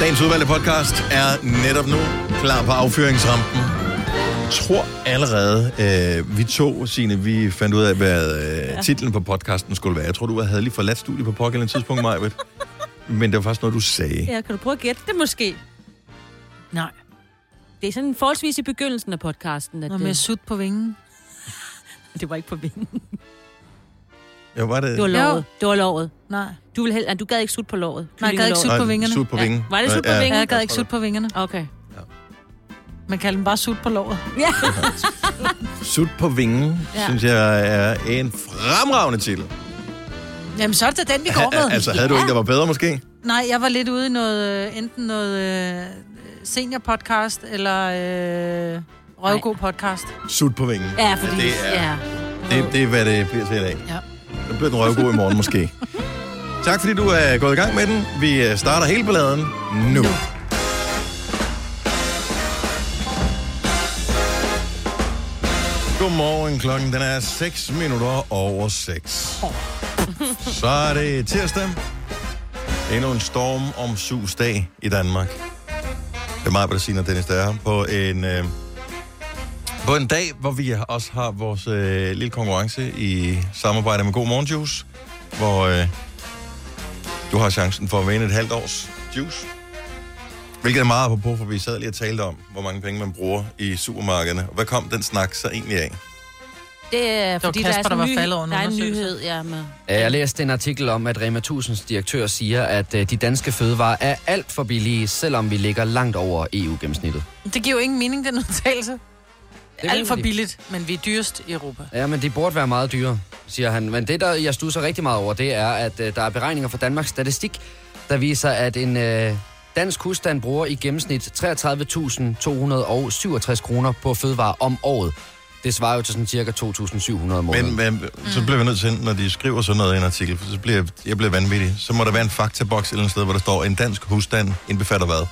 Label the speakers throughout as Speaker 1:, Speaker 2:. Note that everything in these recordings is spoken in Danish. Speaker 1: Dagens udvalgte podcast er netop nu klar på affyringsrampen. tror allerede, øh, vi to, Signe, vi fandt ud af, hvad øh, titlen på podcasten skulle være. Jeg tror, du havde lige forladt studiet på pågældende tidspunkt, Majbet. Men det var faktisk noget, du sagde.
Speaker 2: Ja, kan du prøve at gætte det måske? Nej. Det er sådan forholdsvis i begyndelsen af podcasten. At øh,
Speaker 3: Nå, med sut på vingen.
Speaker 2: det var ikke på vinden.
Speaker 1: Ja, var det...
Speaker 2: Det var lovet. Det var lovet.
Speaker 3: Nej.
Speaker 2: Du, ville hel... du gad ikke sutte på lovet.
Speaker 3: Nej, jeg gad
Speaker 2: Kyllingelovet.
Speaker 3: ikke sutte
Speaker 1: Nej,
Speaker 3: på vingerne.
Speaker 1: Sut på
Speaker 2: Ja.
Speaker 1: vingen.
Speaker 2: Var det sut på
Speaker 1: Ja.
Speaker 3: Ja,
Speaker 2: vingen?
Speaker 3: jeg gad ikke sut på vingerne.
Speaker 2: Okay.
Speaker 3: Man kalder dem bare sut på låret.
Speaker 1: Sut på vingen, ja.
Speaker 3: Ja.
Speaker 1: synes jeg er en fremragende titel.
Speaker 3: Jamen, så er det da den, vi går med.
Speaker 1: Altså, havde du en, der var bedre måske?
Speaker 3: Nej, jeg var lidt ude i noget, øh, enten noget øh, seniorpodcast eller øh, røvgod podcast.
Speaker 1: Sut på vingen.
Speaker 2: Ja, fordi...
Speaker 1: det, er,
Speaker 2: Ja.
Speaker 1: det, det er, hvad det bliver til i dag.
Speaker 3: Ja.
Speaker 1: Så bliver den røvgod i morgen måske. Tak fordi du er gået i gang med den. Vi øh, starter hele balladen nu. nu. Godmorgen, klokken den er 6 minutter over 6. Så er det tirsdag. Endnu en storm om sus dag i Danmark. Det er mig, Bettina og Dennis, der er her på en, øh, på en dag, hvor vi også har vores øh, lille konkurrence i samarbejde med God Morgen Juice, hvor øh, du har chancen for at vinde et halvt års juice. Hvilket er meget på for vi sad lige og talte om, hvor mange penge man bruger i supermarkederne. Og hvad kom den snak så egentlig af?
Speaker 2: Det er
Speaker 3: var
Speaker 2: fordi, der er,
Speaker 3: Kasper,
Speaker 2: sådan
Speaker 3: der var
Speaker 2: en nyhed-
Speaker 3: faldet over en
Speaker 2: der er en
Speaker 3: undersøgelse.
Speaker 2: nyhed, ja, med...
Speaker 4: Ja, Jeg læste en artikel om, at Rema 1000's direktør siger, at øh, de danske fødevarer er alt for billige, selvom vi ligger langt over EU-gennemsnittet.
Speaker 3: Det giver jo ingen mening, den udtalelse.
Speaker 4: ved
Speaker 3: Alt for
Speaker 4: de.
Speaker 3: billigt, men vi er dyrest i Europa.
Speaker 4: Ja, men det burde være meget dyrere, siger han. Men det, der jeg stusser rigtig meget over, det er, at øh, der er beregninger fra Danmarks Statistik, der viser, at en øh, dansk husstand bruger i gennemsnit 33.267 kroner på fødevarer om året. Det svarer jo til sådan cirka 2.700 om
Speaker 1: Men,
Speaker 4: året.
Speaker 1: men så bliver vi nødt til, når de skriver sådan noget i en artikel, for så bliver jeg bliver vanvittig. Så må der være en faktaboks et eller andet sted, hvor der står, en dansk husstand indbefatter hvad?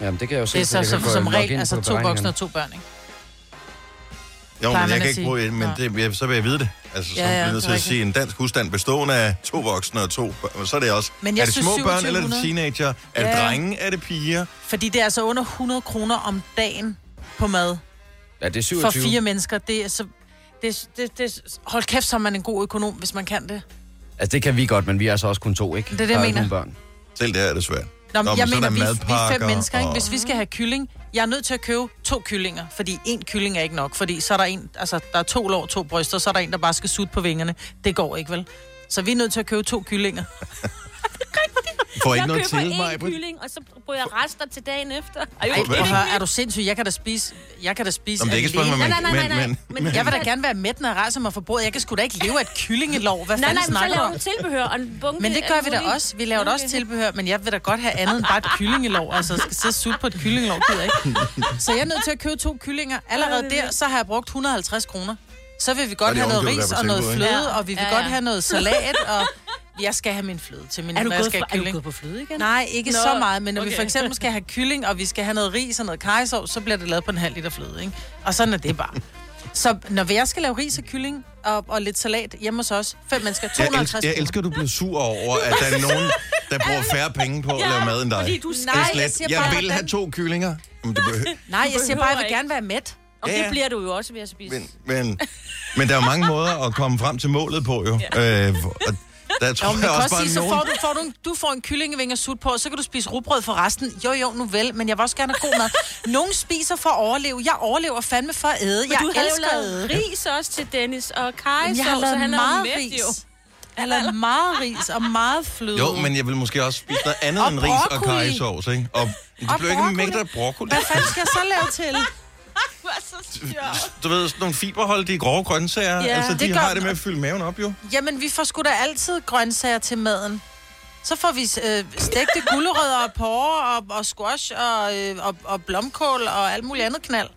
Speaker 4: Jamen, det kan jeg jo se.
Speaker 3: Det er så,
Speaker 4: jeg
Speaker 3: så,
Speaker 4: kan gå-
Speaker 3: som
Speaker 4: logge
Speaker 3: regel,
Speaker 4: ind
Speaker 3: altså
Speaker 4: på
Speaker 3: to voksne
Speaker 4: beregningerne.
Speaker 3: og to børn, ikke?
Speaker 1: Jo,
Speaker 3: Plejer
Speaker 1: men
Speaker 3: man
Speaker 1: jeg
Speaker 3: at
Speaker 1: kan ikke
Speaker 3: sige.
Speaker 1: bruge det, men det, jeg, så vil jeg vide det. Altså, så
Speaker 3: Ja, ja,
Speaker 1: ja, ja,
Speaker 3: det er
Speaker 1: bliver nødt til at
Speaker 3: rigtigt.
Speaker 1: sige, en dansk husstand bestående af to voksne og to børn. Så er det også,
Speaker 3: Men
Speaker 1: men
Speaker 3: jeg
Speaker 1: er det
Speaker 3: synes,
Speaker 1: små børn, eller er det
Speaker 3: 2700?
Speaker 1: teenager? Er det
Speaker 3: Ja.
Speaker 1: drenge? Er det piger?
Speaker 3: Fordi det er altså under 100 kroner om dagen på mad
Speaker 4: Ja, det er 27.
Speaker 3: for fire mennesker. Det er så... Det, det, det, hold kæft, så er man en god økonom, hvis man kan det.
Speaker 4: Altså, det kan vi godt, men vi er altså også kun to, ikke?
Speaker 3: Det er det,
Speaker 4: Der
Speaker 3: jeg
Speaker 4: ikke
Speaker 3: mener.
Speaker 4: nogen børn.
Speaker 1: Selv der er det svært. Nå,
Speaker 3: Nå, men
Speaker 1: men
Speaker 3: jeg
Speaker 1: så er
Speaker 3: mener,
Speaker 1: der
Speaker 3: vi, vi er fem
Speaker 1: madpakker
Speaker 3: mennesker, ikke?
Speaker 1: og-
Speaker 3: Hvis vi skal have kylling, jeg er nødt til at købe to kyllinger, fordi en kylling er ikke nok, fordi så er der en, altså der er to lår, to bryster, så er der en, der bare skal sutte på vingerne. Det går ikke, vel? Så vi er nødt til at købe to kyllinger.
Speaker 1: Får ikke
Speaker 2: Jeg
Speaker 1: noget
Speaker 2: køber
Speaker 1: til,
Speaker 2: en
Speaker 1: mig.
Speaker 2: kylling, og så bruger jeg rester til dagen efter. Ej,
Speaker 3: Ej,
Speaker 2: jo,
Speaker 3: prøv at høre, er du sindssyg? Jeg kan da spise, jeg kan da spise
Speaker 1: Nå, men det er ikke et spørgsmål,
Speaker 2: Nej,
Speaker 1: man...
Speaker 2: nej, nej, nej, nej.
Speaker 1: Men, men,
Speaker 2: Men-
Speaker 3: Jeg vil da gerne være mæt, når jeg rejser mig fra bordet. Jeg kan sgu da ikke leve af et kyllingelov. Hvad
Speaker 2: Nej, nej,
Speaker 3: fanden
Speaker 2: men så
Speaker 3: snakker du
Speaker 2: laver
Speaker 3: om?
Speaker 2: du tilbehør og en bunke
Speaker 3: Men det gør
Speaker 2: af
Speaker 3: vi da
Speaker 2: mulige-
Speaker 3: også. Vi laver da også
Speaker 2: Øh, Okay.
Speaker 3: tilbehør, men jeg vil da godt have andet end bare et kyllingelov. Altså, jeg skal sidde og sutte på et kyllingelov, gider jeg ikke. Så jeg er nødt til at købe to kyllinger.
Speaker 2: Øh.
Speaker 3: Allerede der, så har jeg brugt 150 kroner. Så vil vi
Speaker 1: Og
Speaker 3: godt
Speaker 1: det
Speaker 3: have
Speaker 1: er
Speaker 3: noget
Speaker 1: ovenikøbet,
Speaker 3: ris
Speaker 1: der er
Speaker 3: og
Speaker 1: på
Speaker 3: noget
Speaker 1: tilbud, ikke?
Speaker 3: fløde, og vi vil
Speaker 2: Ja,
Speaker 3: godt
Speaker 2: ja.
Speaker 3: have noget salat, og jeg skal have min fløde til min,
Speaker 2: Er du,
Speaker 3: når jeg
Speaker 2: gået
Speaker 3: skal
Speaker 2: for,
Speaker 3: have
Speaker 2: er du
Speaker 3: kylling.
Speaker 2: gået for fløde igen?
Speaker 3: Nej, ikke
Speaker 2: Nå,
Speaker 3: Nå, så meget, men når okay. vi
Speaker 2: okay.
Speaker 3: for eksempel skal have kylling, og vi skal have noget ris og noget kajsov, så bliver det lavet på en halv liter fløde, ikke? Og sådan er det bare. Så når jeg skal lave ris og kylling og, og lidt salat hjemme hos os, fem mennesker,
Speaker 1: jeg, elsker,
Speaker 3: 250
Speaker 1: jeg elsker, at du bliver sur over, at der er nogen, der bruger færre penge på at lave mad end dig.
Speaker 2: Fordi du
Speaker 1: Det
Speaker 2: skal.
Speaker 1: er
Speaker 3: Nej, jeg
Speaker 1: slet,
Speaker 3: siger
Speaker 1: jeg,
Speaker 3: bare,
Speaker 1: vil
Speaker 3: hvordan-
Speaker 1: have to kyllinger. Men, det behøver,
Speaker 3: Nej, jeg siger bare, at jeg vil
Speaker 2: ikke.
Speaker 3: gerne være mæt.
Speaker 2: Og
Speaker 1: Ja,
Speaker 2: det
Speaker 1: ja.
Speaker 2: bliver du jo også ved at spise.
Speaker 1: men, men, men der er jo mange måder at komme frem til målet på, jo. Øh, og der tror
Speaker 3: Jo,
Speaker 1: jo,
Speaker 3: men
Speaker 1: jeg også
Speaker 3: kan også
Speaker 1: bare
Speaker 3: sige, så
Speaker 1: nogen...
Speaker 3: får du, får du, en, du får en kyllingevinger sut på, og så kan du spise rugbrød for resten. Jo, jo, nu vel, men jeg vil også gerne have god mad. Nogen spiser for at overleve. Jeg overlever fandme for at æde. Jeg
Speaker 2: du har jo
Speaker 3: elsker at æde.
Speaker 2: lavet ris også til Dennis og Kai,
Speaker 3: Jamen,
Speaker 2: så
Speaker 3: Jeg har lavet
Speaker 2: han
Speaker 3: meget
Speaker 2: er jo mæt, jo.
Speaker 3: ris. Jeg har lavet meget ris og meget fløde.
Speaker 1: Jo, men jeg vil måske også spise noget andet
Speaker 3: Og
Speaker 1: end ris og
Speaker 3: broccoli.
Speaker 1: karrysovs, ikke? Og det
Speaker 3: Og
Speaker 1: bliver ikke
Speaker 3: broccoli.
Speaker 1: mængder af broccoli.
Speaker 3: Hvad fanden skal jeg så lave til?
Speaker 2: Du er så sjov.
Speaker 1: Du ved, sådan nogle fiberholdige grove grøntsager, ja,
Speaker 2: Ja,
Speaker 1: altså de
Speaker 3: det gør
Speaker 1: har
Speaker 3: den.
Speaker 1: det med at fylde maven op, jo.
Speaker 3: Jamen, vi får sgu da altid grøntsager til maden. Så får vi øh, stegte gulerødder og porre og, og squash og, øh, og, og blomkål og alt muligt andet knald.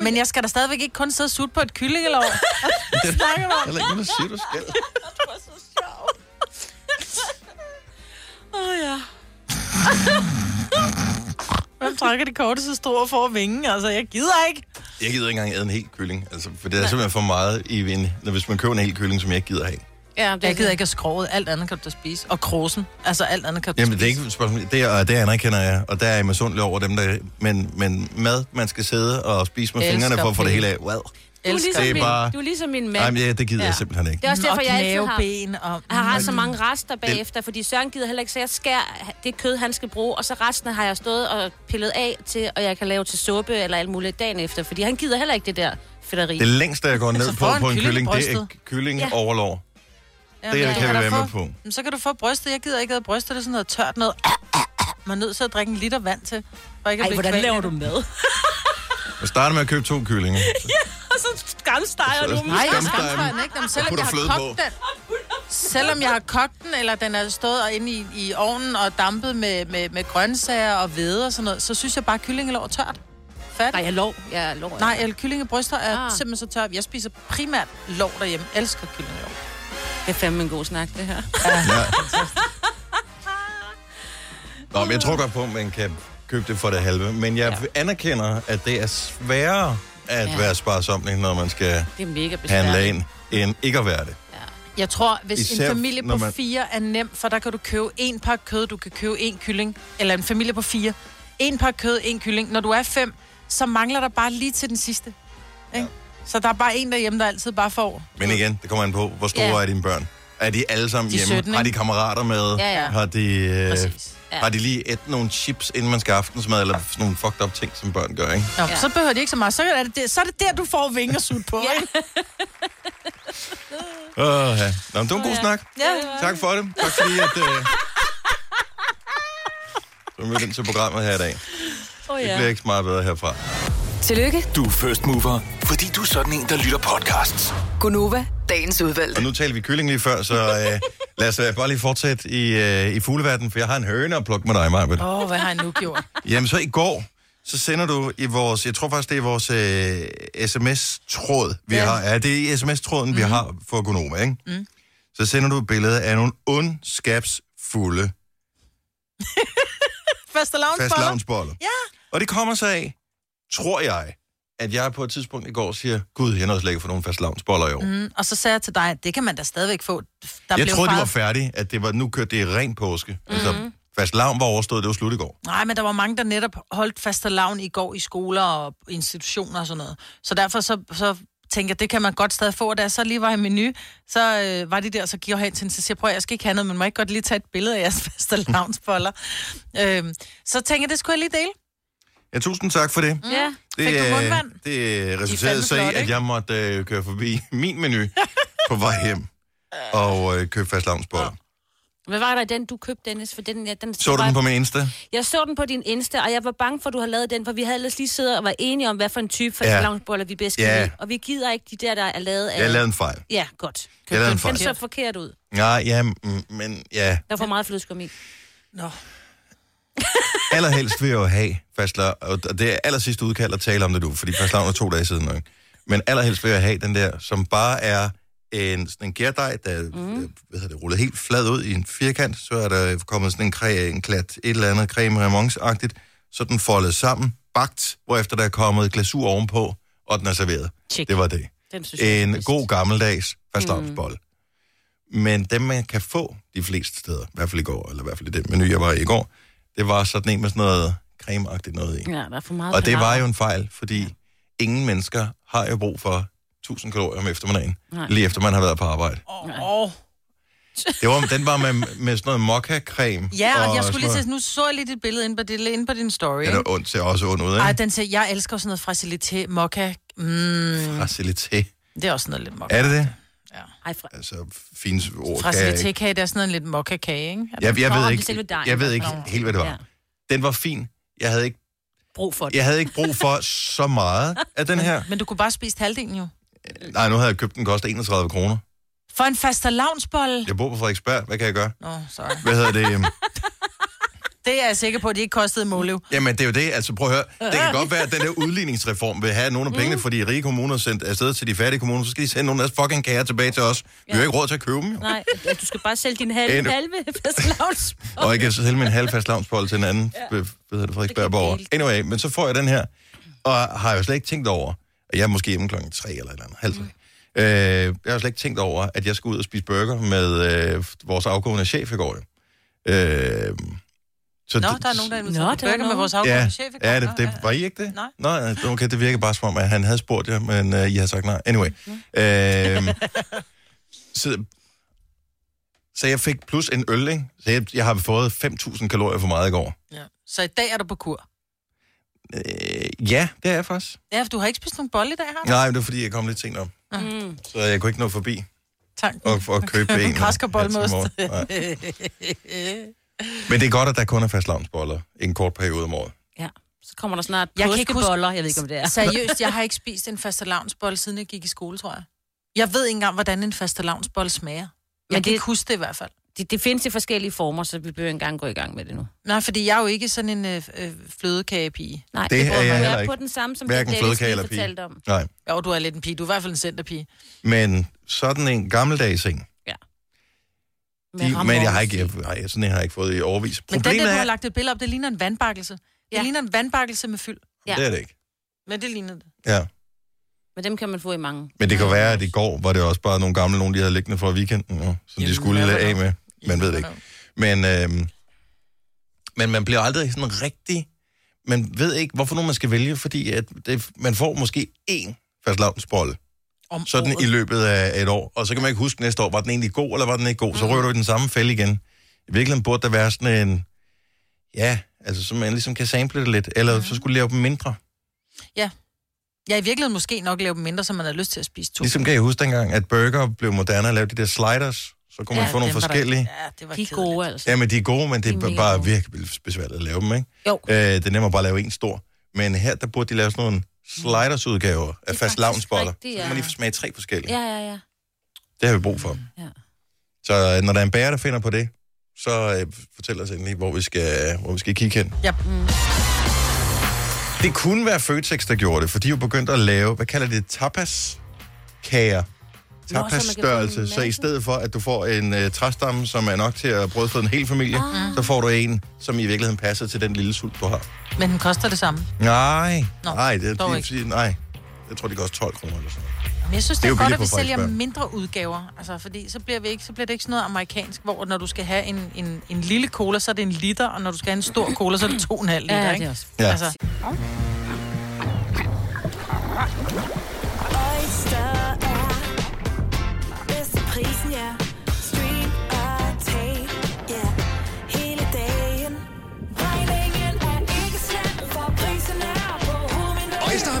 Speaker 3: Men jeg skal da stadigvæk ikke kun sidde og sutte på et kyllingelov. Snakker du om?
Speaker 1: Eller ikke noget siger, du skal.
Speaker 2: Du er så sjov. Åh, oh, ja.
Speaker 3: Hvem trækker de korteste store for vingen? Altså, jeg gider ikke.
Speaker 1: Jeg gider ikke engang æde en hel kylling, altså, for det er simpelthen for meget, i en, når, hvis man køber en hel kylling, som jeg ikke gider have.
Speaker 5: Ja, det er
Speaker 3: Jeg gider ikke at skroget. Alt andet kan du da spise. Og krosen. Altså alt andet kan du
Speaker 1: Jamen,
Speaker 3: spise.
Speaker 1: det er ikke et spørgsmål. Det, er, det anerkender jeg, og der er jeg misundelig over dem, der... Men, men mad, man skal sidde og spise med
Speaker 3: Elsker
Speaker 1: fingrene for at få det
Speaker 3: pille.
Speaker 1: hele af. Wow.
Speaker 5: Du er,
Speaker 1: Det
Speaker 5: ligesom
Speaker 1: er
Speaker 5: min,
Speaker 1: bare-
Speaker 5: du er ligesom min mand.
Speaker 1: Nej, men ja, det gider ja. jeg
Speaker 3: Ja.
Speaker 1: simpelthen ikke.
Speaker 5: Det er også derfor,
Speaker 3: Og
Speaker 5: jeg altid har,
Speaker 3: knæveben og...
Speaker 5: jeg har så mange rester bagefter, fordi Søren gider heller ikke, så jeg skærer det kød, han skal bruge, og så resten har jeg stået og pillet af til, og jeg kan lave til suppe eller alt muligt dagen efter, fordi han gider heller ikke det der fedteri.
Speaker 1: Det længste, jeg går ned
Speaker 3: Altså,
Speaker 1: på
Speaker 3: får en
Speaker 1: på en
Speaker 3: kylling i
Speaker 1: kylling, det er
Speaker 3: brystet.
Speaker 1: kylling
Speaker 5: Ja.
Speaker 1: overlov.
Speaker 3: Jamen,
Speaker 1: det
Speaker 3: ja,
Speaker 1: kan vi
Speaker 3: du
Speaker 1: være med
Speaker 3: få-
Speaker 1: på.
Speaker 3: Jamen, Så kan du få brystet. Jeg gider ikke have brystet. Det er sådan noget tørt noget. Man er nødt til at drikke en liter vand til. For ikke at
Speaker 2: Ej,
Speaker 3: blive
Speaker 2: hvordan
Speaker 3: kvalt.
Speaker 2: laver du mad?
Speaker 1: Jeg starter med at købe to kyllinger.
Speaker 2: og så skamstejer
Speaker 1: Altså-
Speaker 2: du dem.
Speaker 3: Nej, jeg
Speaker 1: Skamsteger
Speaker 3: skamsteger
Speaker 1: dem.
Speaker 3: den ikke. Jamen,
Speaker 1: Og
Speaker 3: selvom
Speaker 1: putter
Speaker 3: jeg har
Speaker 1: fløde
Speaker 3: kogt
Speaker 1: på.
Speaker 3: den. Selvom jeg har kogt den, eller den er stået og inde i, i ovnen og dampet med, med, med grøntsager og hvede og sådan noget, så synes jeg bare, at kyllingelår er tørt. Fat.
Speaker 5: Nej,
Speaker 3: Nej,
Speaker 5: jeg lov. Jeg lov.
Speaker 3: Nej eller kyllingebryster er
Speaker 5: Ah.
Speaker 3: ah. simpelthen så tørt. Jeg spiser primært lår derhjemme. Elsker kyllingelår.
Speaker 5: Det er fandme en god snak, det her.
Speaker 1: Ja. Nå, men jeg tror godt på, at man kan købe det for det halve. Men jeg ja. anerkender, at det er sværere at
Speaker 5: Ja.
Speaker 1: ja. være sparsom, når man skal
Speaker 5: Det er mega
Speaker 1: handle
Speaker 5: besværligt.
Speaker 1: ind, end ikke at være det.
Speaker 3: Jeg tror, hvis
Speaker 1: Især
Speaker 3: Især, en familie
Speaker 1: når
Speaker 3: på
Speaker 1: man-
Speaker 3: man... fire er nem, for der kan du købe en pakke kød, du kan købe en kylling, eller en familie på fire, en pakke kød, en kylling. Når du er fem, så mangler der bare lige til den sidste. Ikke? Så der er bare en derhjemme, der altid bare får.
Speaker 1: Men igen, det kommer an på, hvor store
Speaker 5: Ja.
Speaker 1: ja. er dine børn? Er de alle sammen
Speaker 3: De er
Speaker 1: hjemme?
Speaker 3: 17,
Speaker 1: har de
Speaker 3: ikke?
Speaker 1: kammerater med?
Speaker 5: Ja, ja.
Speaker 1: Har de... Øh,
Speaker 3: Præcis.
Speaker 5: Ja.
Speaker 1: Ja. Har de lige et nogle chips, inden man skal have aftensmad, eller sådan nogle fucked up ting, som børn gør, ikke?
Speaker 3: Nå,
Speaker 5: Ja.
Speaker 3: ja. så behøver de ikke så meget. Så er det der, så er det der du får vingersud på. ja.
Speaker 1: Åh, ja. Nå, men det var en god snak.
Speaker 3: ja.
Speaker 1: Tak for det. Tak fordi, at... Øh... Så er vi ind til programmet her i dag.
Speaker 2: Åh,
Speaker 1: Det
Speaker 2: ja.
Speaker 1: bliver ikke så meget bedre herfra.
Speaker 6: Tillykke,
Speaker 7: Du er first mover, fordi du er sådan en, der lytter podcasts.
Speaker 6: Gunova, dagens udvalgte.
Speaker 1: Og nu talte vi kylling lige før, så øh, lad os øh, bare lige fortsætte i, øh, i fugleverdenen, for jeg har en høne at plukke med dig, Maja.
Speaker 3: Åh, oh, hvad har jeg nu gjort?
Speaker 1: Jamen så i går, så sender du i vores, jeg tror faktisk det er vores øh, sms-tråd, vi ja. har. Ja, det er sms-tråden,
Speaker 3: Mhm.
Speaker 1: mm. vi har for Gonoma, ikke? Mm. Så sender du et billede af nogle ondskabsfulde
Speaker 3: Faste lavnsboller.
Speaker 1: fastlavnsboller.
Speaker 3: Ja.
Speaker 1: Og det kommer så af, tror jeg, at jeg på et tidspunkt i går siger, gud, jeg er nødt til at få nogle fastlavnsboller i år. Mm.
Speaker 3: Mm, og så sagde jeg til dig, at det kan man da stadigvæk få. Der
Speaker 1: Jeg
Speaker 3: blev
Speaker 1: troede, de
Speaker 3: fejret- Mhm.
Speaker 1: var færdige, at det var, nu kørte det i ren påske. Mm. Altså, fastlavn var overstået, det var slut i går.
Speaker 3: Nej, men der var mange, der netop holdt faste lavn i går i skoler og institutioner og sådan noget. Så derfor så, så tænker jeg, det kan man godt stadig få. Og Da jeg så lige var i menu, så øh, var de der, så gik jeg hen til hende, så siger jeg, prøv at høre, jeg skal ikke have noget, men må jeg ikke godt lige tage et billede af jeres faste lavnsboller. øhm, så tænker jeg, det skulle jeg lige dele.
Speaker 1: Ja, tusind tak for det.
Speaker 5: Ja.
Speaker 1: Det,
Speaker 3: Fik du
Speaker 1: øh,
Speaker 3: mundvand?
Speaker 1: det øh,
Speaker 3: fandme
Speaker 1: resulterede så i,
Speaker 3: flotte,
Speaker 1: at
Speaker 3: ikke?
Speaker 1: jeg måtte øh, køre forbi min menu på vej hjem og øh, købe fastlavnsboller.
Speaker 5: Hvad var der i den, du købte, Dennis? For den, ja, den
Speaker 1: Så du den på min Insta?
Speaker 5: Jeg så den på din Insta, og jeg var bange for, at du har lavet den, for vi havde ellers lige siddet og var enige om, hvad for en type for
Speaker 1: Ja.
Speaker 5: ja. vi bedst kan
Speaker 1: Ja.
Speaker 5: lide. Og vi gider ikke de der, der er lavet af...
Speaker 1: Jeg lavede en fejl.
Speaker 5: Ja, godt.
Speaker 1: Jeg lavede en
Speaker 5: Den
Speaker 1: fejl.
Speaker 5: så forkert ud.
Speaker 1: Nej, ja, mm, men ja.
Speaker 5: Der var for meget flødeskum i.
Speaker 3: Nå.
Speaker 1: Allerhelst vil jeg jo have fastlavn, og det er aller sidste udkald at tale om det nu, fordi fastlavn er to dage siden. Ikke? Men allerhelst vil jeg have den der, som bare er en, sådan en gærdej, der mm. hvad hedder det, rullet helt flad ud i en firkant, så er der kommet sådan en, kræ, en klat, et eller andet creme remonce-agtigt, så er den foldet sammen, bagt, hvorefter der er kommet glasur ovenpå, og den er serveret.
Speaker 5: Check.
Speaker 1: Det var det.
Speaker 5: Den synes jeg var
Speaker 1: En
Speaker 5: bedst.
Speaker 1: god gammeldags fastlavnsbolle. Mm. Men dem, man kan få de fleste steder, i hvert fald i går, eller i hvert fald i den menu, jeg var i i går, det var sådan en med sådan noget cremeagtigt noget i.
Speaker 5: Ja, der er for meget
Speaker 1: Og det var
Speaker 5: palaver.
Speaker 1: jo en fejl, fordi ingen mennesker har jo brug for 1000 kalorier om eftermiddagen,
Speaker 5: Nej.
Speaker 1: lige efter man har været på arbejde.
Speaker 3: Åh. Oh.
Speaker 1: Det var, den var med, med sådan noget mokka-creme.
Speaker 3: Ja, og jeg skulle lige
Speaker 1: sådan
Speaker 3: til, nu så jeg lige dit billede inde på, det, inde på din story.
Speaker 1: noget- Ja,
Speaker 3: ikke?
Speaker 1: det ondt, ser også ondt ud,
Speaker 3: Ej,
Speaker 1: ikke?
Speaker 3: den siger, jeg elsker jo sådan noget fragilité, mokka. Mm,
Speaker 1: Fragilité.
Speaker 3: det er også noget lidt mokka.
Speaker 1: Er det det?
Speaker 5: Ej, fra...
Speaker 1: Altså, fint ord. kan jeg ikke-
Speaker 3: Fragilité-kage, det er sådan noget lidt mokka-kage, ikke? Er
Speaker 1: Jeg, jeg,
Speaker 5: Nå,
Speaker 1: ved
Speaker 5: det
Speaker 1: ikke,
Speaker 5: er selve dejen,
Speaker 1: jeg ved
Speaker 5: der
Speaker 1: ikke
Speaker 5: kommer.
Speaker 1: helt, hvad det var.
Speaker 5: Ja.
Speaker 1: Den var fin. Jeg havde ikke
Speaker 5: Brug for det.
Speaker 1: Jeg havde ikke brug for så meget af den her.
Speaker 3: Men du kunne bare spise halvdelen jo.
Speaker 1: Nej, nu havde jeg købt den, koster 31 kroner.
Speaker 3: For en fastelavnsbolle?
Speaker 1: Jeg bor på Frederiksberg, hvad kan jeg gøre?
Speaker 3: Nå, sorry.
Speaker 1: Hvad hedder det? øhm?
Speaker 3: Det er jeg sikker på, at det ikke kostede målev.
Speaker 1: Jamen, det er jo det, altså prøv at høre. Det kan godt være, at den der udligningsreform vil have nogle af
Speaker 5: Mm.
Speaker 1: pengene, fordi rige kommuner sendt afsted til de fattige kommuner, så skal de sende nogle af deres fucking kager tilbage til os. Vi har jo ikke råd til at købe dem, jo.
Speaker 5: Nej, at du skal bare sælge din halve,
Speaker 1: En-
Speaker 5: halve fastlavns.
Speaker 1: Og jeg kan så sælge min halvfast lavnsbold til en anden, ja. hvad hedder det, Frederiksberg
Speaker 5: Det kan
Speaker 1: borger.
Speaker 5: dele.
Speaker 1: Anyway, men så får jeg den her, og har jo slet ikke tænkt over, at jeg er måske hjemme klokken 3 eller et eller andet, halv tre. Øh, jeg har jo slet ikke tænkt over, at jeg skulle ud og spise burger med øh, vores afgående chef i går. jo. Øh, så
Speaker 3: Nå,
Speaker 1: det-
Speaker 3: der er nogen, der
Speaker 2: Nå, der
Speaker 3: inviterer på
Speaker 2: er
Speaker 3: burger med
Speaker 2: nogen.
Speaker 3: vores afgående
Speaker 1: Ja,
Speaker 3: chef. i går.
Speaker 1: ja det,
Speaker 3: Nå,
Speaker 1: det, var I ikke det?
Speaker 3: Nej.
Speaker 1: Nej, okay, det virker bare som om, at han havde spurgt jer, men uh, I havde sagt nej. Anyway.
Speaker 3: Mm.
Speaker 1: Øhm, så, så jeg fik plus en øl, ikke? Så jeg, jeg har fået 5.000 kalorier for meget i går.
Speaker 3: Ja. Så i dag er du på kur.
Speaker 1: Øh, ja, det er jeg faktisk.
Speaker 3: Ja, for du har ikke spist nogen bolle i dag, har du?
Speaker 1: Nej, men det er fordi, jeg kom lidt sent op.
Speaker 5: Mm.
Speaker 1: Så jeg kunne ikke nå forbi
Speaker 3: Tanken.
Speaker 1: og, og købe en.
Speaker 3: kradskerbolle med
Speaker 1: halv time
Speaker 3: ost.
Speaker 1: om året. Nej. Men det er godt, at der kun er fast lavnsboller en kort periode om året.
Speaker 5: Ja. Så kommer der snart
Speaker 2: Jeg
Speaker 5: jeg
Speaker 2: kan ikke huske-
Speaker 5: påskeboller. Jeg ved ikke, om det er.
Speaker 3: Seriøst, jeg har ikke spist en fastelavnsbolle, siden jeg gik i skole, tror jeg. Jeg ved ikke engang, hvordan en fastelavnsbolle smager. Jeg
Speaker 5: Men
Speaker 3: Men kan det...
Speaker 5: det-
Speaker 3: ikke huske det i hvert fald.
Speaker 5: Det, det findes i forskellige former, så vi behøver ikke engang gå i gang med det nu.
Speaker 3: Nej, fordi jeg er jo ikke sådan en øh, øh, flødekagepige.
Speaker 5: Nej,
Speaker 1: Det er
Speaker 5: burde
Speaker 1: jeg
Speaker 5: man
Speaker 1: heller
Speaker 5: være
Speaker 1: ikke.
Speaker 5: på den samme, som
Speaker 1: Hverken
Speaker 5: det Dennis
Speaker 1: flødekage
Speaker 5: lige
Speaker 1: eller pige.
Speaker 5: fortalte om.
Speaker 1: Nej.
Speaker 3: Jo, du er lidt en pige. Du er i hvert fald en centerpige.
Speaker 1: Men sådan en gammeldags en,
Speaker 5: Med
Speaker 1: De,
Speaker 5: ham
Speaker 1: men jeg har
Speaker 5: også.
Speaker 1: ikke, jeg, nej, sådan en har jeg ikke fået i overvis.
Speaker 3: Men den
Speaker 1: Problemet
Speaker 3: der, du
Speaker 1: er,
Speaker 3: har lagt et billede op, det ligner en vandbakkelse.
Speaker 5: Ja.
Speaker 3: Ja. Det ligner en vandbakkelse med fyld.
Speaker 5: Ja.
Speaker 1: det er det ikke.
Speaker 3: Men det ligner det.
Speaker 1: Ja.
Speaker 5: Men dem kan man få i mange.
Speaker 1: Men det kan være, at i går var det også bare nogle gamle, nogen de havde liggende fra weekenden, jo, som de
Speaker 3: Jamen,
Speaker 1: skulle
Speaker 3: hvad
Speaker 1: lade
Speaker 3: var
Speaker 1: af
Speaker 3: det?
Speaker 1: med. Man ved det ikke. Men, øhm, men man bliver aldrig sådan rigtig... Man ved ikke, hvorfor nogen man skal vælge, fordi at det, man får måske én fastlavnsbolle
Speaker 3: Om
Speaker 1: sådan i løbet af et år, og så kan man ikke huske næste år, var den egentlig god, eller var den ikke god, så rører du i den samme fælde igen. I virkeligheden burde der være sådan en, ja, altså så man ligesom kan sample det lidt, eller så skulle du lave dem mindre.
Speaker 3: Jeg i virkeligheden måske nok lave dem mindre, så man har lyst til at spise to.
Speaker 1: Ligesom kan jeg huske dengang, at burger blev moderne og lavede de der sliders. Så kunne man
Speaker 3: Ja,
Speaker 1: få nogle
Speaker 3: dem var der-
Speaker 1: forskellige.
Speaker 3: Ja, det var
Speaker 5: De er
Speaker 3: kedeligt.
Speaker 5: gode, altså.
Speaker 1: Ja, men de er gode, men det
Speaker 5: De er
Speaker 1: er
Speaker 5: mega
Speaker 1: bare
Speaker 5: gode.
Speaker 1: virkelig besværligt at lave dem, ikke?
Speaker 5: Jo.
Speaker 1: Øh, det er nemmere bare at lave en stor. Men her, der burde de lave sådan nogle sliders-udgaver af
Speaker 5: faktisk
Speaker 1: fast lavnsboller.
Speaker 5: rigtigt,
Speaker 1: Så kan
Speaker 5: ja.
Speaker 1: man lige få smage tre forskellige.
Speaker 5: Ja, ja, ja.
Speaker 1: Det har vi brug for.
Speaker 5: Ja.
Speaker 1: Så øh, når der er en bærer, der finder på det, så øh, fortæl os endelig, hvor vi skal, hvor vi skal kigge hen.
Speaker 3: Ja. mm.
Speaker 1: Det kunne være Føtex, der gjorde det, for de er jo begyndt at lave, hvad kalder det, tapas kager.
Speaker 5: Nå, så man kan få en
Speaker 1: Tapas-størrelse. Så i
Speaker 5: masse.
Speaker 1: stedet for, at du får en øh, træstamme, som er nok til at brødføde en hel familie,
Speaker 5: Ah.
Speaker 1: så får du en, som i virkeligheden passer til den lille sult, du har.
Speaker 3: Men den koster det samme.
Speaker 1: Nej,
Speaker 3: Nå,
Speaker 1: nej, det,
Speaker 3: dog
Speaker 1: er
Speaker 3: ikke.
Speaker 1: fordi, nej. Jeg tror, det koster 12 kroner eller sådan noget.
Speaker 3: Men jeg synes, det
Speaker 1: Det
Speaker 3: er,
Speaker 1: er
Speaker 3: det
Speaker 1: jo
Speaker 3: er godt,
Speaker 1: billigt
Speaker 3: at vi
Speaker 1: på
Speaker 3: sælger
Speaker 1: Frederiksberg.
Speaker 3: mindre udgaver. Altså, fordi så bliver, vi ikke, så bliver det ikke sådan noget amerikansk, hvor når du skal have en, en, en lille cola, så er det en liter, og når du skal have en stor cola, så er det to og en halv liter,
Speaker 5: Ja, det
Speaker 3: ikke?
Speaker 5: er også.
Speaker 1: Ja.
Speaker 3: Altså,
Speaker 8: Oyster er bedst til prisen, ja. Stream og tag, ja. Hele dagen. Regningen er ikke slem, for prisen er på hovedet.
Speaker 7: Øjster har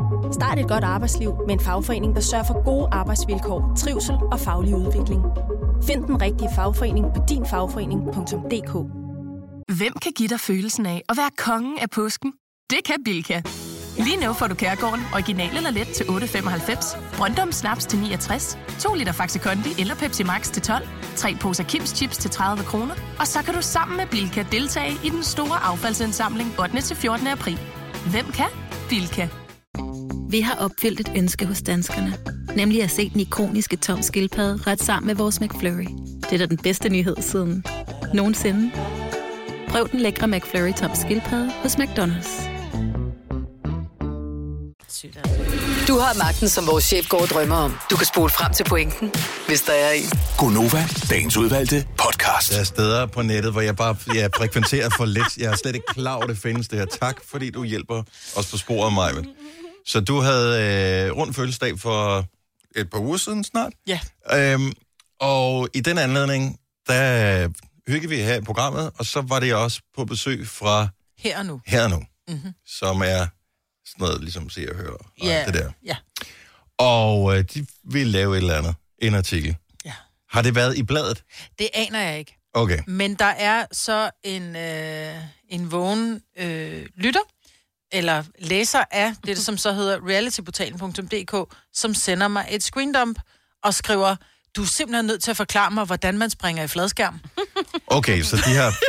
Speaker 8: Start et godt arbejdsliv med en fagforening, der sørger for gode arbejdsvilkår, trivsel og faglig udvikling. Find den rigtige fagforening på dinfagforening.dk
Speaker 9: Hvem kan give dig følelsen af at være kongen af påsken? Det kan Bilka! Lige nu får du Kærgården original eller let til 8.95, Brøndum Snaps til 69, 2 liter Faxi Kondi eller Pepsi Max til 12, 3 poser Kims Chips til 30 kroner, og så kan du sammen med Bilka deltage i den store affaldsindsamling 8. til 14. april. Hvem kan? Bilka.
Speaker 10: Vi har opfyldt et ønske hos danskerne. Nemlig at se den ikoniske tom skildpadde ret sammen med vores McFlurry. Det er da den bedste nyhed siden nogensinde. Prøv den lækre McFlurry tom skildpadde hos McDonald's.
Speaker 6: Du har magten, som vores chef går og drømmer om. Du kan spole frem til pointen, hvis der er en.
Speaker 7: Gonova, dagens udvalgte podcast.
Speaker 1: Der er steder på nettet, hvor jeg bare jeg frekventerer for lidt. Jeg er slet ikke klar over, det findes det her. Tak, fordi du hjælper os på sporet, Maja. Så du havde øh, rundt fødselsdag for et par uger siden snart.
Speaker 3: ja.
Speaker 1: Øhm, og i den anledning, der hyggede vi her i programmet, og så var det også på besøg fra
Speaker 3: Her og nu.
Speaker 1: Her og Nu, mm-hmm. som er sådan noget, ligesom se og høre og
Speaker 3: Mhm. Ja.
Speaker 1: alt det der.
Speaker 3: Ja.
Speaker 1: Og øh, de ville lave et eller andet, en artikel.
Speaker 3: Ja.
Speaker 1: Har det været i bladet?
Speaker 3: Det aner jeg ikke.
Speaker 1: Okay.
Speaker 3: Men der er så en, øh, en vågen øh, lytter, eller læser af det, som så hedder realityportalen.dk, som sender mig et screendump og skriver, du er simpelthen nødt til at forklare mig, hvordan man springer i fladskærm.
Speaker 1: Okay, så de har...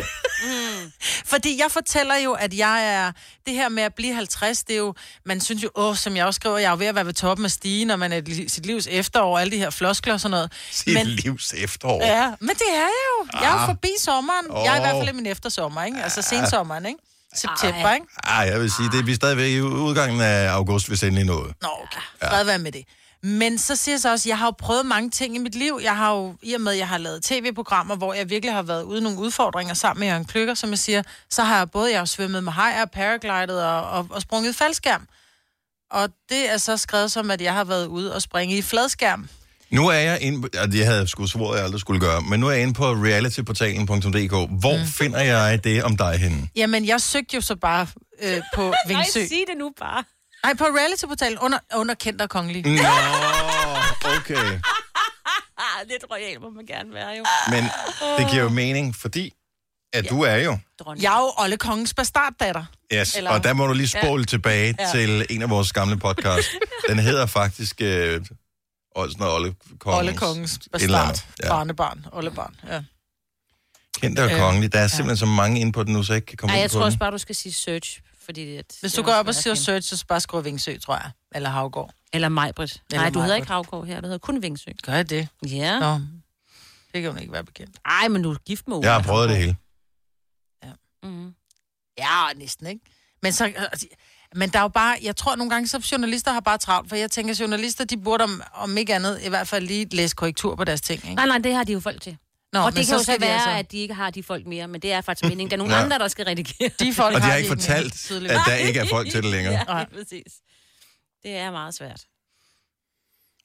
Speaker 3: Mm. Fordi jeg fortæller jo, at jeg er... Det her med at blive 50, det er jo... Man synes jo, åh, som jeg også skriver, jeg er jo ved at være ved toppen af stigen, når man er i li- sit livs efterår, og alle de her floskler og sådan noget.
Speaker 1: Sit men, livs efterår.
Speaker 3: Ja, men det er jeg jo. Jeg er
Speaker 1: Ah.
Speaker 3: jo forbi sommeren. Jeg er i hvert fald
Speaker 1: Åh.
Speaker 3: i
Speaker 1: Ah.
Speaker 3: min eftersommer, ikke? Altså sensommeren, ikke? September, ikke?
Speaker 1: Ej, Ah, jeg vil sige, det er vi stadigvæk i udgangen af august, hvis endelig noget.
Speaker 3: Nå, okay. Fred være med det. Men så siger jeg så også, at jeg har jo prøvet mange ting i mit liv. Jeg har jo, i og med, at jeg har lavet tv-programmer, hvor jeg virkelig har været ude i nogle udfordringer sammen med Jørgen Kløkker, som jeg siger, så har jeg både jeg har svømmet med hajer, paraglidet og, og, og sprunget i faldskærm. Og det er så skrevet som, at jeg har været ude og springe i fladskærm.
Speaker 1: Nu er jeg inde på, ja, det havde jeg sgu svoret, jeg aldrig skulle gøre, men nu er jeg inde på realityportalen.dk. Hvor mm. finder jeg det om dig henne?
Speaker 3: Jamen, jeg søgte jo så bare øh, på Vingsø.
Speaker 2: Nej, sig det nu bare.
Speaker 3: Nej, på realityportalen under, under kendt og kongelig.
Speaker 1: Nå, okay.
Speaker 2: Ah, lidt royal må man gerne være, jo.
Speaker 1: Men det giver jo mening, fordi at du er jo.
Speaker 3: Jeg er jo Olle Kongens bastarddatter.
Speaker 1: Yes,
Speaker 3: Eller-
Speaker 1: Eller... og der må du lige
Speaker 3: Ja.
Speaker 1: spole ja. tilbage
Speaker 3: Ja.
Speaker 1: ja. til en af vores gamle podcasts. Den hedder faktisk øh, Olsen og Olle Kongens.
Speaker 3: Olle Kongens
Speaker 1: et eller
Speaker 3: bastard.
Speaker 1: andet.
Speaker 3: Ja. Barnebarn. Ollebarn, ja.
Speaker 1: Kendt og
Speaker 3: Øh,
Speaker 1: kongelig. Der er simpelthen så mange inde på den nu, så jeg ikke kan komme
Speaker 2: Nej,
Speaker 1: ind
Speaker 2: jeg
Speaker 1: på
Speaker 2: tror
Speaker 1: den.
Speaker 2: også bare, du skal sige search. Fordi at,
Speaker 3: Hvis du går op og siger search, så skal du bare skrive Vingsø, tror jeg. Eller Havgård.
Speaker 2: Eller Majbrit.
Speaker 3: Eller
Speaker 2: Nej, du hedder
Speaker 3: Majbrit.
Speaker 2: ikke Havgård her, du hedder kun Vingsø.
Speaker 3: Gør jeg det?
Speaker 2: Ja.
Speaker 3: Nå. Det kan hun ikke være bekendt.
Speaker 2: Ej, men du er gift med Ole.
Speaker 1: Jeg har prøvet det hele.
Speaker 3: Mm-hmm.
Speaker 2: Mm.
Speaker 3: Ja, næsten ikke. Men, så, altså, men der er jo bare, jeg tror nogle gange, så journalister har bare travlt, for jeg tænker, journalister, de burde om, om ikke andet, i hvert fald lige læse korrektur på deres ting, ikke?
Speaker 2: Nej, nej, det har de jo folk til. Nå,
Speaker 3: Nå,
Speaker 2: og
Speaker 3: men
Speaker 2: det kan
Speaker 3: så
Speaker 2: jo så
Speaker 3: skal de
Speaker 2: være,
Speaker 3: altså-
Speaker 2: altså... at de ikke har de folk mere, men det er faktisk meningen. Der er nogle
Speaker 1: Ja.
Speaker 2: ja. andre, der skal redigere.
Speaker 3: De folk
Speaker 1: Og de har
Speaker 3: har
Speaker 1: ikke
Speaker 3: de ikke mere,
Speaker 1: fortalt,
Speaker 3: tydeligvis.
Speaker 1: at der ikke er folk til det længere.
Speaker 2: ja,
Speaker 3: Nej.
Speaker 2: lige præcis. Det er meget svært.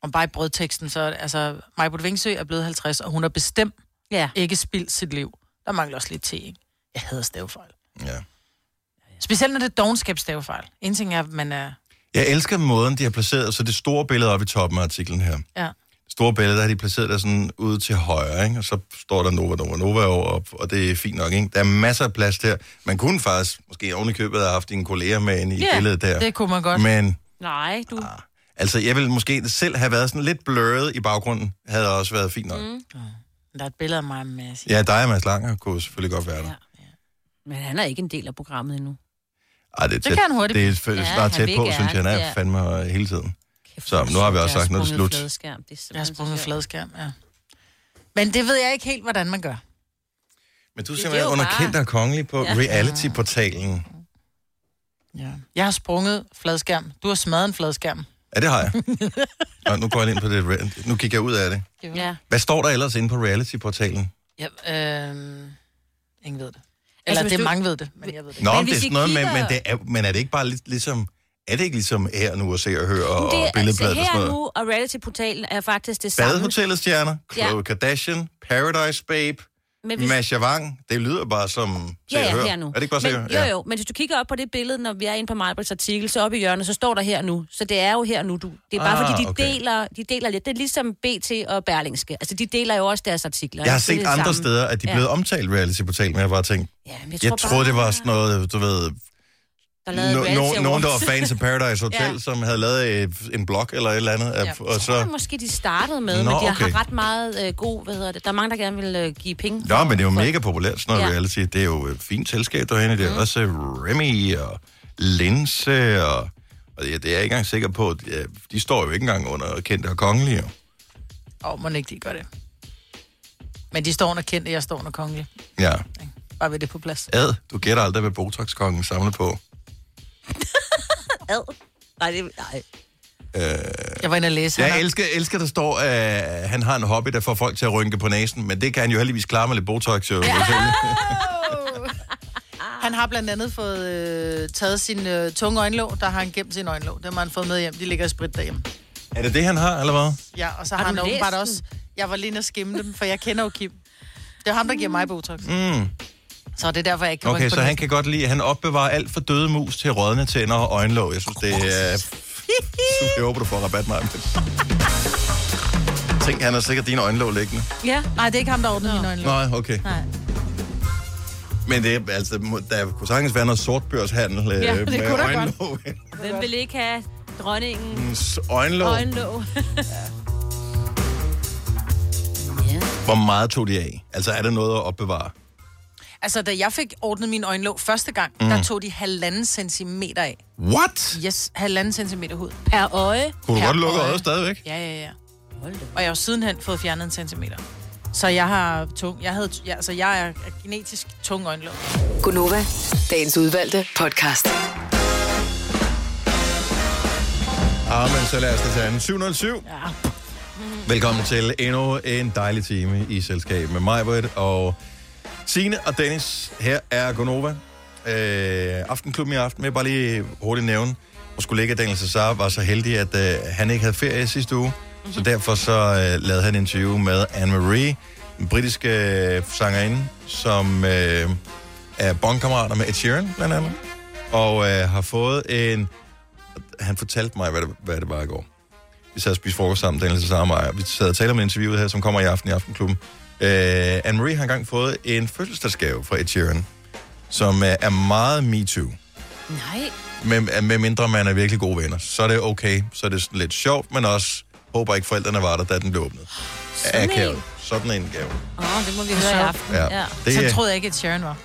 Speaker 3: Om bare i brødteksten, så er det- altså, Majbrit Vingsø er blevet 50, og hun har bestemt
Speaker 2: Ja.
Speaker 3: ikke spildt sit liv. Der mangler også lidt te, ikke? Jeg hader stavefejl.
Speaker 1: Ja.
Speaker 3: Specielt når det er dogenskabsstavefejl. En ting er, at man er...
Speaker 1: Jeg elsker måden, de har placeret, så det store billede oppe i toppen af artiklen her.
Speaker 3: Ja.
Speaker 1: Det store billede, der har de placeret der sådan ude til højre, ikke? og så står der Nova, Nova, Nova over, og det er fint nok. Ikke? Der er masser af plads der. Man kunne faktisk, måske oven i købet, have haft dine kolleger med inde i
Speaker 3: Ja,
Speaker 1: billedet der.
Speaker 3: det kunne man godt.
Speaker 1: Men
Speaker 2: Nej, du...
Speaker 1: altså, jeg ville måske selv have været sådan lidt blurret i baggrunden, havde også været fint nok. Mm.
Speaker 3: Der er et billede af mig med at sige,
Speaker 1: Ja, dig og Mads Langer kunne selvfølgelig godt være der.
Speaker 2: Men han er ikke en del af programmet endnu.
Speaker 1: Ej, det, er
Speaker 3: Det kan han hurtigt
Speaker 1: Det
Speaker 3: blive.
Speaker 1: er f-
Speaker 2: Ja,
Speaker 1: snart
Speaker 2: han
Speaker 1: tæt
Speaker 2: vil
Speaker 1: på,
Speaker 2: gerne,
Speaker 1: synes jeg, han er
Speaker 2: ja.
Speaker 1: fandme øh, hele tiden. Så nu har vi også sagt, nu er det slut.
Speaker 2: Fladskærm. Det er
Speaker 3: jeg har
Speaker 2: simpelthen
Speaker 3: sprunget
Speaker 2: så sjovt.
Speaker 3: fladskærm, ja. Men det ved jeg ikke helt, hvordan man gør.
Speaker 1: Men du er
Speaker 2: Det er
Speaker 1: simpelthen
Speaker 2: jo
Speaker 1: underkendt
Speaker 2: bare-
Speaker 1: og kongelig på
Speaker 2: Ja.
Speaker 1: reality-portalen.
Speaker 3: Ja. Jeg har sprunget fladskærm. Du har smadret en fladskærm.
Speaker 1: Ja, det har jeg. Nå, nu går jeg ind på det. re- Nu kigger jeg ud af det.
Speaker 2: Ja.
Speaker 1: Hvad står der ellers inde på reality-portalen?
Speaker 3: Ja, øh, ingen ved det. Eller
Speaker 2: hvis
Speaker 3: det er
Speaker 2: du-
Speaker 3: mange ved det, men jeg ved det.
Speaker 1: Nå,
Speaker 2: Men
Speaker 1: men det
Speaker 2: hvis
Speaker 1: er
Speaker 2: vi
Speaker 1: sådan noget, men,
Speaker 2: kigger-
Speaker 1: men, det er, men er det ikke bare lidt ligesom... Er det ikke ligesom her nu at se og høre og, og
Speaker 2: Det er, altså,
Speaker 1: billedbladet og
Speaker 2: her
Speaker 1: sådan
Speaker 2: nu
Speaker 1: noget?
Speaker 2: og reality-portalen er faktisk det samme.
Speaker 1: Badehotellet Stjerner, Khloe
Speaker 2: Ja.
Speaker 1: Kardashian, Paradise Babe,
Speaker 2: Men hvis-
Speaker 1: Masha Wang. Det lyder bare som se
Speaker 2: Ja,
Speaker 1: og
Speaker 2: ja,
Speaker 1: hør.
Speaker 2: her nu.
Speaker 1: Er det ikke bare se og
Speaker 2: men,
Speaker 1: hør?
Speaker 2: jo, jo, men hvis du kigger op på det billede, når vi er inde på Majbrits artikel, så oppe i hjørnet, så står der her nu. Så det er jo her nu. Du, det er bare
Speaker 1: Ah,
Speaker 2: fordi, de,
Speaker 1: okay.
Speaker 2: deler, de deler lidt. Det er ligesom BT og Berlingske. Altså, de deler jo også deres artikler.
Speaker 1: Jeg har
Speaker 2: ikke? Så det
Speaker 1: set
Speaker 2: er det
Speaker 1: andre
Speaker 2: samme.
Speaker 1: steder, at de er
Speaker 2: Ja.
Speaker 1: blevet omtalt reality-portalen, men jeg har bare tænkt,
Speaker 2: Ja, men jeg,
Speaker 1: jeg troede, det var sådan noget, du ved,
Speaker 2: Der lavede
Speaker 1: no, no,
Speaker 2: reality
Speaker 1: nogen, der var
Speaker 2: awards.
Speaker 1: fans af Paradise Hotel, ja.
Speaker 2: Ja.
Speaker 1: som havde lavet øh, en blog eller et eller andet, ja. og
Speaker 2: Jeg
Speaker 1: så...
Speaker 2: tror måske, de startede med,
Speaker 1: Nå,
Speaker 2: men de
Speaker 1: okay.
Speaker 2: har ret meget øh, god, hvad hedder det, der er mange, der gerne vil øh, give penge.
Speaker 1: Nå,
Speaker 2: for-
Speaker 1: men det er jo
Speaker 2: for-
Speaker 1: mega populært, sådan noget ja.
Speaker 2: Ja.
Speaker 1: reality. Det er jo et fint selskab derhenne. Det er mm. også øh, Remy og Linse og... Og det, det er jeg ikke engang sikker på. at, øh, De står jo ikke engang under kendte og kongelige. jo.
Speaker 3: Åh, oh, må ikke de gør det. Men de står under kendte, jeg står under kongelig.
Speaker 1: Ja.
Speaker 3: Bare ved det på plads.
Speaker 1: Ad, du gætter aldrig, hvad Botox-kongen samler på.
Speaker 2: Ad. Nej, det, nej.
Speaker 3: Jeg var inde og læse.
Speaker 1: Jeg
Speaker 3: han har-
Speaker 1: elsker, elsker, der står, at øh, han har en hobby, der får folk til at rynke på næsen, men det kan han jo heldigvis klare med lidt Botox. Jo. Ja.
Speaker 3: Han har blandt andet fået øh, taget sin øh, tunge øjenlåg, der har han gemt sin øjenlåg. Dem har han fået med hjem. De ligger i sprit derhjemme.
Speaker 1: Er det det, han har, eller hvad?
Speaker 3: Ja, og så
Speaker 2: Har
Speaker 3: har, har han
Speaker 2: du læst
Speaker 3: åbenbart
Speaker 2: den?
Speaker 3: også... Jeg var lige inde og skimme dem, for jeg kender jo Kim. Det er ham, der giver mig Botox.
Speaker 1: Mm.
Speaker 3: Så det er derfor, jeg ikke kan
Speaker 1: Okay,
Speaker 3: rykke på
Speaker 1: så han
Speaker 3: næsen.
Speaker 1: kan godt lide, at han opbevarer alt for døde mus til rådne tænder og øjenlåg. Jeg synes, det er... Jeg håber, du får rabat, mig. Tænk, han har sikkert dine øjenlåg liggende.
Speaker 2: Ja.
Speaker 3: Nej, det er ikke ham, der ordner mine øjenlåg.
Speaker 1: Nej, okay.
Speaker 3: Nej.
Speaker 1: Men det er, altså, må- der kunne sagtens være noget sortbørshandel øh,
Speaker 2: Ja, det
Speaker 1: med
Speaker 3: kunne der
Speaker 1: øjenlåg.
Speaker 2: Hvem vil ikke have dronningen
Speaker 1: øjenlåg.
Speaker 2: øjenlåg?
Speaker 1: Hvor meget tog de af? Altså, er der noget at opbevare?
Speaker 3: Altså, da jeg fik ordnet min øjenlåg første gang,
Speaker 1: Mm.
Speaker 3: mm. der tog de halvanden centimeter af.
Speaker 1: What?
Speaker 3: Yes, halvanden centimeter hud. Per øje.
Speaker 1: Kunne du
Speaker 3: Per
Speaker 1: godt lukke øjet stadigvæk?
Speaker 3: øh, Ja, ja, ja. Og jeg har jo sidenhen fået fjernet en centimeter. Så jeg har tung, jeg havde, ja, altså jeg er genetisk tung øjenlåg.
Speaker 6: Gunova, dagens udvalgte podcast.
Speaker 1: Ah, men så lad os da tage den. 707. Ja. Velkommen til endnu en dejlig time i selskab med mig, og Signe og Dennis. Her er Gonova. Øh, aftenklubben i aften, vil jeg bare lige hurtigt nævne. Vores kollega Daniel Cesar var så heldig, at øh, han ikke havde ferie sidste uge. Mm-hmm. Så derfor så øh, lavede han et interview med Anne-Marie, den britiske øh, sangerinde, som øh, er bondkammerater med Ed Sheeran, blandt andet. Og øh, har fået en han fortalte mig, hvad det, hvad det var i går. Vi sad og spiste frokost sammen, Daniel Cesar og mig, og vi sad og talte om interviewet her, som kommer i aften i Aftenklubben. Øh, Anne-Marie har engang fået en fødselsdagsgave fra Ed Sheeran, som øh, er meget MeToo.
Speaker 5: Nej.
Speaker 1: Med, med mindre man er virkelig gode venner, så er det okay. Så er det sådan lidt sjovt, men også håber ikke forældrene var der, da den blev åbnet.
Speaker 3: Sådan
Speaker 1: Akavet.
Speaker 3: en.
Speaker 1: Sådan en gave.
Speaker 3: Åh, oh, det må vi
Speaker 2: høre i
Speaker 1: aften. Ja. Det
Speaker 3: Det...
Speaker 1: er-
Speaker 3: Så troede jeg ikke, at Sharon var.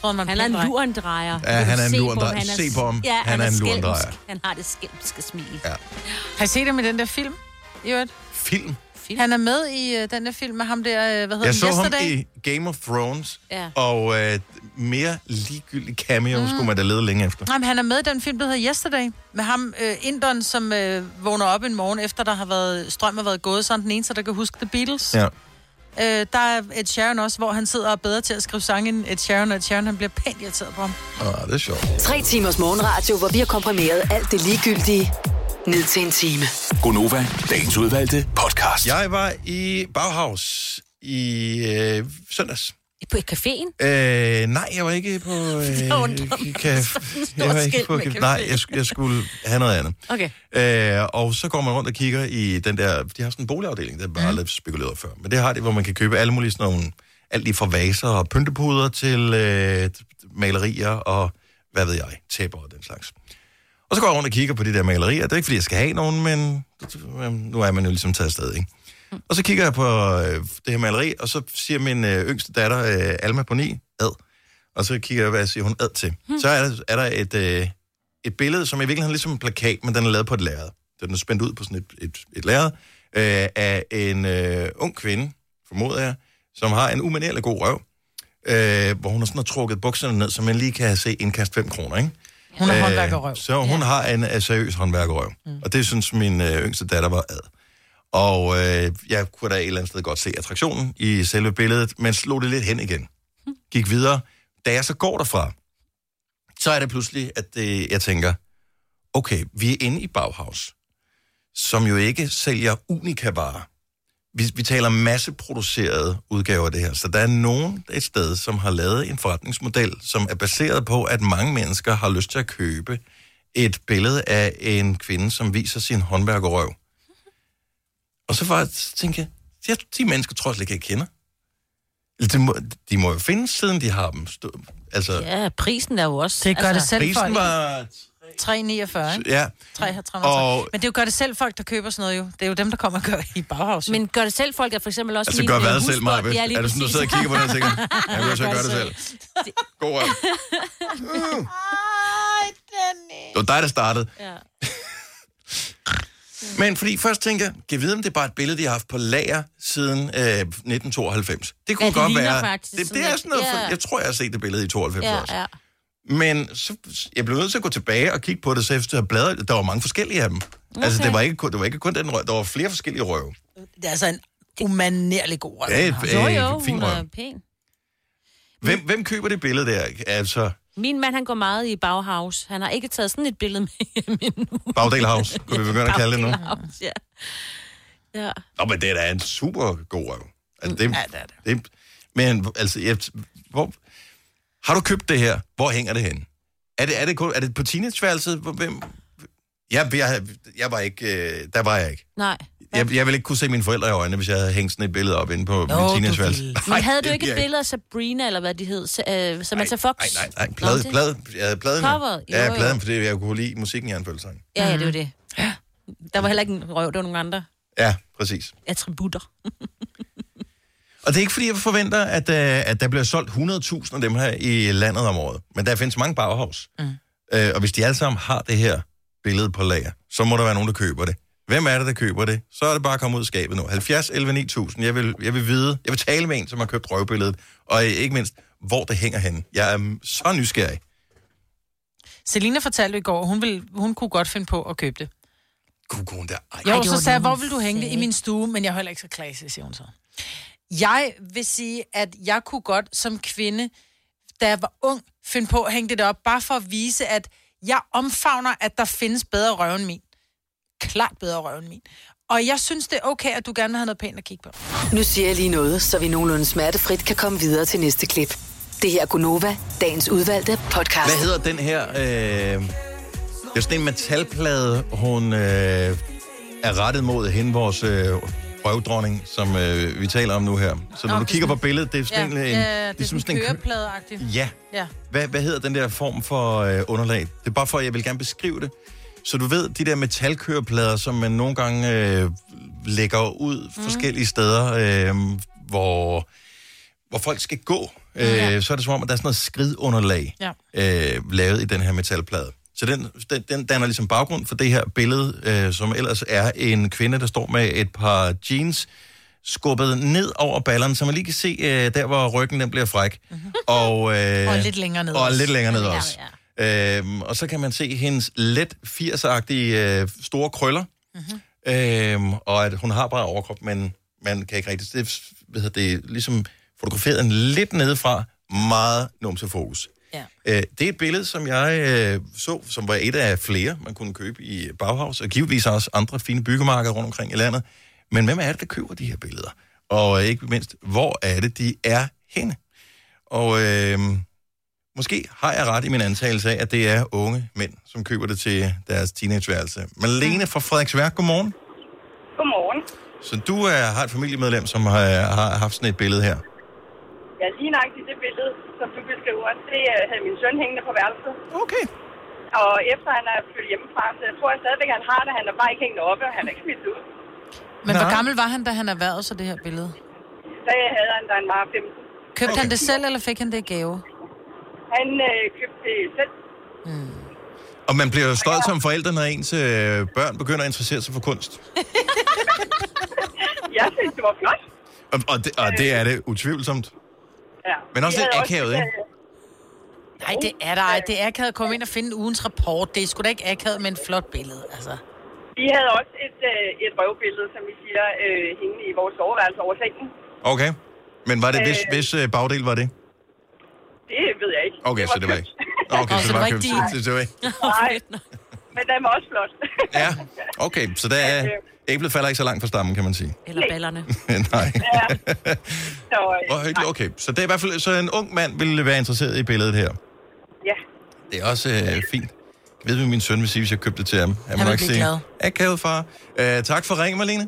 Speaker 3: Troede, man
Speaker 5: Han er en
Speaker 3: pæn dreng.
Speaker 5: lurendrejer.
Speaker 1: Ja, han er en
Speaker 5: Se på
Speaker 1: lurendrejer.
Speaker 5: ham, han er-
Speaker 1: Se på ham.
Speaker 5: Ja,
Speaker 1: Han er en
Speaker 5: skælmsk.
Speaker 1: lurendrejer.
Speaker 5: Han har det skælmske smil.
Speaker 1: Ja.
Speaker 3: Har I set ham i den der film? I øvrigt?
Speaker 1: Film?
Speaker 3: film? Han er med i øh, den der film med ham der, øh, hvad hedder
Speaker 1: Jeg
Speaker 3: den?
Speaker 1: så ham
Speaker 3: Yesterday?
Speaker 1: i Game of Thrones,
Speaker 3: Ja.
Speaker 1: og øh, mere ligegyldig cameo mm.
Speaker 3: Mm.
Speaker 1: skulle man da lede længe efter.
Speaker 3: Nej, men han er med i den film, der hedder Yesterday, med ham, øh, Indon, som øh, vågner op en morgen, efter der har været, strøm har været gået, så er han den eneste, der kan huske The Beatles.
Speaker 1: Ja.
Speaker 3: Øh, der er Ed Sheeran også, hvor han sidder og er bedre til at skrive sange end Ed Sheeran, og Ed Sheeran han bliver pænt irriteret på ham.
Speaker 1: Ah, det er sjovt.
Speaker 6: Tre timers morgenradio, hvor vi har komprimeret alt det ligegyldige ned til en time.
Speaker 7: Gonova, dagens udvalgte podcast.
Speaker 1: Jeg var i Bauhaus i øh, søndags.
Speaker 5: På caféen?
Speaker 1: Øh, nej, jeg var ikke på... Øh, caf- jeg var ikke på caf- Nej, jeg, sk- jeg skulle have noget andet.
Speaker 5: Okay.
Speaker 1: Øh, og så går man rundt og kigger i den der... De har sådan en boligafdeling, der er bare lidt spekuleret før. Men det har det, hvor man kan købe alle mulige sådan nogle... Alt lige fra vaser og pyntepuder til øh, malerier og hvad ved jeg, tæpper og den slags. Og så går jeg rundt og kigger på de der malerier. Det er ikke, fordi jeg skal have nogen, men øh, nu er man jo ligesom taget afsted, ikke? Og så kigger jeg på øh, det her maleri, og så siger min øh, yngste datter, øh, Alma på 9, ad. Og så kigger jeg, hvad siger hun ad til. Hmm. Så er der, er der et, øh, et billede, som i virkeligheden er ligesom en plakat, men den er lavet på et lærred. Den er spændt ud på sådan et, et, et lærred øh, af en øh, ung kvinde, formoder jeg, som har en umanerlig god røv, øh, hvor hun har sådan har trukket bukserne ned, så man lige kan se indkast 5 kroner, ikke?
Speaker 3: Hun er
Speaker 1: Øh,
Speaker 3: håndværkerrøv.
Speaker 1: Så hun ja. har en øh, seriøs håndværkerrøv. Mm. Og det synes min øh, yngste datter var ad. Og øh, jeg kunne da et eller andet sted godt se attraktionen i selve billedet, men slog det lidt hen igen. Gik videre. Da jeg så går derfra, så er det pludselig, at øh, jeg tænker, okay, vi er inde i Bauhaus, som jo ikke sælger unika-varer. Vi, vi taler masseproducerede udgaver af det her. Så der er nogen et sted, som har lavet en forretningsmodel, som er baseret på, at mange mennesker har lyst til at købe et billede af en kvinde, som viser sin håndværkerøv. Og så var jeg, så tænkte jeg, jeg, de mennesker tror jeg slet ikke, jeg kender. Eller De må, de må jo findes, siden de har dem. Stå, altså,
Speaker 2: Ja, prisen er jo også...
Speaker 3: Det gør altså, det selv
Speaker 1: prisen
Speaker 3: folk.
Speaker 1: var-
Speaker 3: 349, ikke?
Speaker 1: ja.
Speaker 3: 330.
Speaker 1: Og-
Speaker 3: Men det er jo gør det selv folk, der køber sådan noget jo. Det er jo dem, der kommer og gør i Bauhaus. Men
Speaker 5: gør det selv folk er for eksempel også...
Speaker 1: Altså,
Speaker 5: min,
Speaker 1: gør
Speaker 5: øh,
Speaker 1: hvad selv,
Speaker 5: husbund.
Speaker 1: Maja?
Speaker 5: Ja, lige
Speaker 1: Er du sådan, du
Speaker 5: præcis.
Speaker 1: sidder og kigger på den og tænker, jeg vil også gøre det selv. God røv. Det var dig, der startede.
Speaker 5: Ja.
Speaker 1: Men fordi først tænker jeg, kan vide, om det er bare et billede, de har haft på lager siden øh, 1992. Det kunne
Speaker 5: Ja, det
Speaker 1: godt
Speaker 5: ligner
Speaker 1: være.
Speaker 5: faktisk
Speaker 1: det, det
Speaker 5: sådan
Speaker 1: er
Speaker 5: lidt.
Speaker 1: sådan noget,
Speaker 5: Ja.
Speaker 1: jeg tror, jeg har set det billede i 92
Speaker 5: Ja,
Speaker 1: også.
Speaker 5: ja.
Speaker 1: Men så, jeg blev nødt til at gå tilbage og kigge på det, så efter at bladre, der var mange forskellige af dem. Okay. Altså, det var, ikke, kun- det var ikke kun den røv, der var flere forskellige røve.
Speaker 3: det er altså en umanerlig god røv.
Speaker 1: Ja,
Speaker 3: hun har.
Speaker 1: øh, Jo, jo, fin hun er røv.
Speaker 5: pæn.
Speaker 1: Hvem, hvem køber det billede der? Altså,
Speaker 5: Min mand, han går meget i Bauhaus. Han har ikke taget sådan et billede med hjem endnu.
Speaker 1: Bagdel House, kunne vi begynde at kalde det nu.
Speaker 5: Bauhaus, Ja. ja.
Speaker 1: Nå, men det er da en super god røv.
Speaker 5: Mm.
Speaker 1: Altså, det, ja, det er det. det. Men altså, jeg, hvor, har du købt det her? Hvor hænger det hen? Er det, er det, kun, er det på teenageværelset? Hvor- Hvem? Jeg, jeg, jeg var ikke, øh, der var jeg ikke.
Speaker 5: Nej.
Speaker 1: Jeg, jeg ville ikke kunne se mine forældre i øjnene, hvis jeg havde hængt sådan et billede op inde på min
Speaker 5: du
Speaker 1: teenageværelse. Nej,
Speaker 5: Men havde du
Speaker 1: det
Speaker 5: ikke
Speaker 1: vil
Speaker 5: et
Speaker 1: jeg
Speaker 5: billede af Sabrina, eller hvad de hed, så, øh, Samantha Fox?
Speaker 1: Nej, nej, nej.
Speaker 5: Nå,
Speaker 1: Plade,
Speaker 5: det-
Speaker 1: plade, jeg havde pladen.
Speaker 5: Coveret,
Speaker 1: Ja,
Speaker 5: jo, jo.
Speaker 1: pladen, fordi jeg kunne lide musikken i anfølgelsesang.
Speaker 5: Ja, ja, det var det. Der var heller ikke en røv, der var nogle andre
Speaker 1: Ja, præcis.
Speaker 5: attributter.
Speaker 1: Og det er ikke, fordi jeg forventer, at, øh, at der bliver solgt 100.000 af dem her i landet om året. Men der findes mange Bauhaus. Mm. Øh, og hvis de alle sammen har det her billede på lager, så må der være nogen, der køber det. Hvem er det, der køber det? Så er det bare at komme ud af skabet nu. 70 11 9000. Jeg vil, jeg vil vide, jeg vil tale med en, som har købt røvbilledet. Og øh, ikke mindst, hvor det hænger henne. Jeg er mm, så nysgerrig.
Speaker 3: Selina fortalte i går, hun, ville, hun kunne godt finde på at købe det.
Speaker 1: Gud, hun der. Ej,
Speaker 3: Jo,
Speaker 1: Ej,
Speaker 3: Ej,
Speaker 1: det var
Speaker 3: så sagde jeg,
Speaker 1: noget,
Speaker 3: hvor
Speaker 1: hun
Speaker 3: vil du hænge det? I min stue, men jeg er heller ikke så klasse, siger hun så. Jeg vil sige, at jeg kunne godt som kvinde, da jeg var ung, finde på at hænge det op, bare for at vise, at jeg omfavner, at der findes bedre røv end min. Klart bedre røv end min. Og jeg synes, det er okay, at du gerne vil have noget pænt at kigge på.
Speaker 6: Nu siger jeg lige noget, så vi nogenlunde smertefrit kan komme videre til næste klip. Det her er Gunova, dagens udvalgte podcast.
Speaker 1: Hvad hedder den her? Øh, det er sådan en metalplade, hun øh, er rettet mod hende, vores øh, røvdronning, som øh, vi taler om nu her. Så når
Speaker 3: Nå,
Speaker 1: du
Speaker 3: det er
Speaker 1: kigger på
Speaker 3: sådan-
Speaker 1: billedet, det er sådan en...
Speaker 3: ja, det er sådan
Speaker 1: øh, ligesom sådan en kø-
Speaker 3: kørepladeagtigt.
Speaker 1: Ja.
Speaker 3: ja.
Speaker 1: Hvad, hvad hedder den der form for øh, underlag? Det er bare for, at jeg vil gerne beskrive det. Så du ved, de der metalkøreplader, som man nogle gange øh, lægger ud mm. forskellige steder, øh, hvor, hvor folk skal gå, øh, så er det som om, at der er sådan noget skridunderlag
Speaker 3: Ja.
Speaker 1: øh, lavet i den her metalplade. Så den, den, den danner ligesom baggrund for det her billede, øh, som ellers er en kvinde, der står med et par jeans skubbet ned over ballerne, så man lige kan se øh, der, hvor ryggen den bliver fræk. Mm-hmm. Og, øh,
Speaker 3: Og lidt længere ned
Speaker 1: Og
Speaker 3: også.
Speaker 1: lidt længere ned
Speaker 3: Ja,
Speaker 1: også. Øhm, og så kan man se hendes let 80-agtige øh, store krøller, mm-hmm. øhm, og at hun har bare overkrop, men man kan ikke rigtig... Det, er, hvad hedder det ligesom fotograferet en lidt nedefra, meget numse fokus.
Speaker 3: Ja.
Speaker 1: Øh, det er et billede, som jeg øh, så, som var et af flere, man kunne købe i Bauhaus, og givetvis også andre fine byggemarkeder rundt omkring i landet. Men hvem er det, der køber de her billeder? Og øh, ikke mindst, hvor er det, de er henne? Og øh, måske har jeg ret i min antagelse af, at det er unge mænd, som køber det til deres teenageværelse. Malene fra Frederiksværk, godmorgen.
Speaker 11: Godmorgen.
Speaker 1: Så du øh, har et familiemedlem, som har, har haft sådan et billede her.
Speaker 11: Ja, lige nok i det billede, som du beskriver, det øh, havde min søn hængende på værelset.
Speaker 1: Okay.
Speaker 11: Og efter han er flyttet hjemmefra, så jeg tror jeg stadigvæk, han har det. Han er bare ikke hængt oppe, og han er ikke smidt ud.
Speaker 3: Men hvor gammel var han, da han erhvervede sig det her billede?
Speaker 11: Så havde han, da han var 15.
Speaker 3: Købte okay. han det selv, eller fik han det i gave?
Speaker 11: Han øh, købte det selv.
Speaker 1: Og man bliver jo stolt som forældre, når ens øh, børn begynder at interessere sig for kunst.
Speaker 11: Jeg synes, det var flot.
Speaker 1: Og, og, det, og det er det utvivlsomt.
Speaker 11: Ja.
Speaker 1: Men også
Speaker 11: Vi
Speaker 1: lidt
Speaker 11: havde øh,
Speaker 1: akavet, ikke?
Speaker 3: Nej, det er der ej. Det er akavet at komme ind og finde ugens rapport. Det er sgu da ikke akavet med en flot billede, altså.
Speaker 11: Vi havde også et, øh, et røvbillede, som vi siger, øh, hængende i vores soveværelse over sengen.
Speaker 1: Okay. Men var det, hvis,
Speaker 11: Øh.
Speaker 1: hvis øh, bagdel var det?
Speaker 11: Det ved jeg ikke.
Speaker 1: Okay, så det var ikke. Okay, så det var købt. Så det var ikke.
Speaker 11: Nej, men den var også flot.
Speaker 1: Ja, okay. Så der er, æblet falder ikke så langt fra stammen, kan man sige.
Speaker 2: Eller ballerne.
Speaker 1: Nej.
Speaker 11: Så, øh,
Speaker 1: Hvor hyggeligt. Okay, så det er i hvert fald, så en ung mand ville være interesseret i billedet her.
Speaker 11: Ja.
Speaker 1: Det er også øh, fint. Jeg ved, hvad min søn vil sige, hvis jeg købte det til ham. Han,
Speaker 11: vil
Speaker 1: vil nok
Speaker 11: blive
Speaker 1: sige,
Speaker 11: glad.
Speaker 1: akavet far. Øh, tak for ringen, Malene.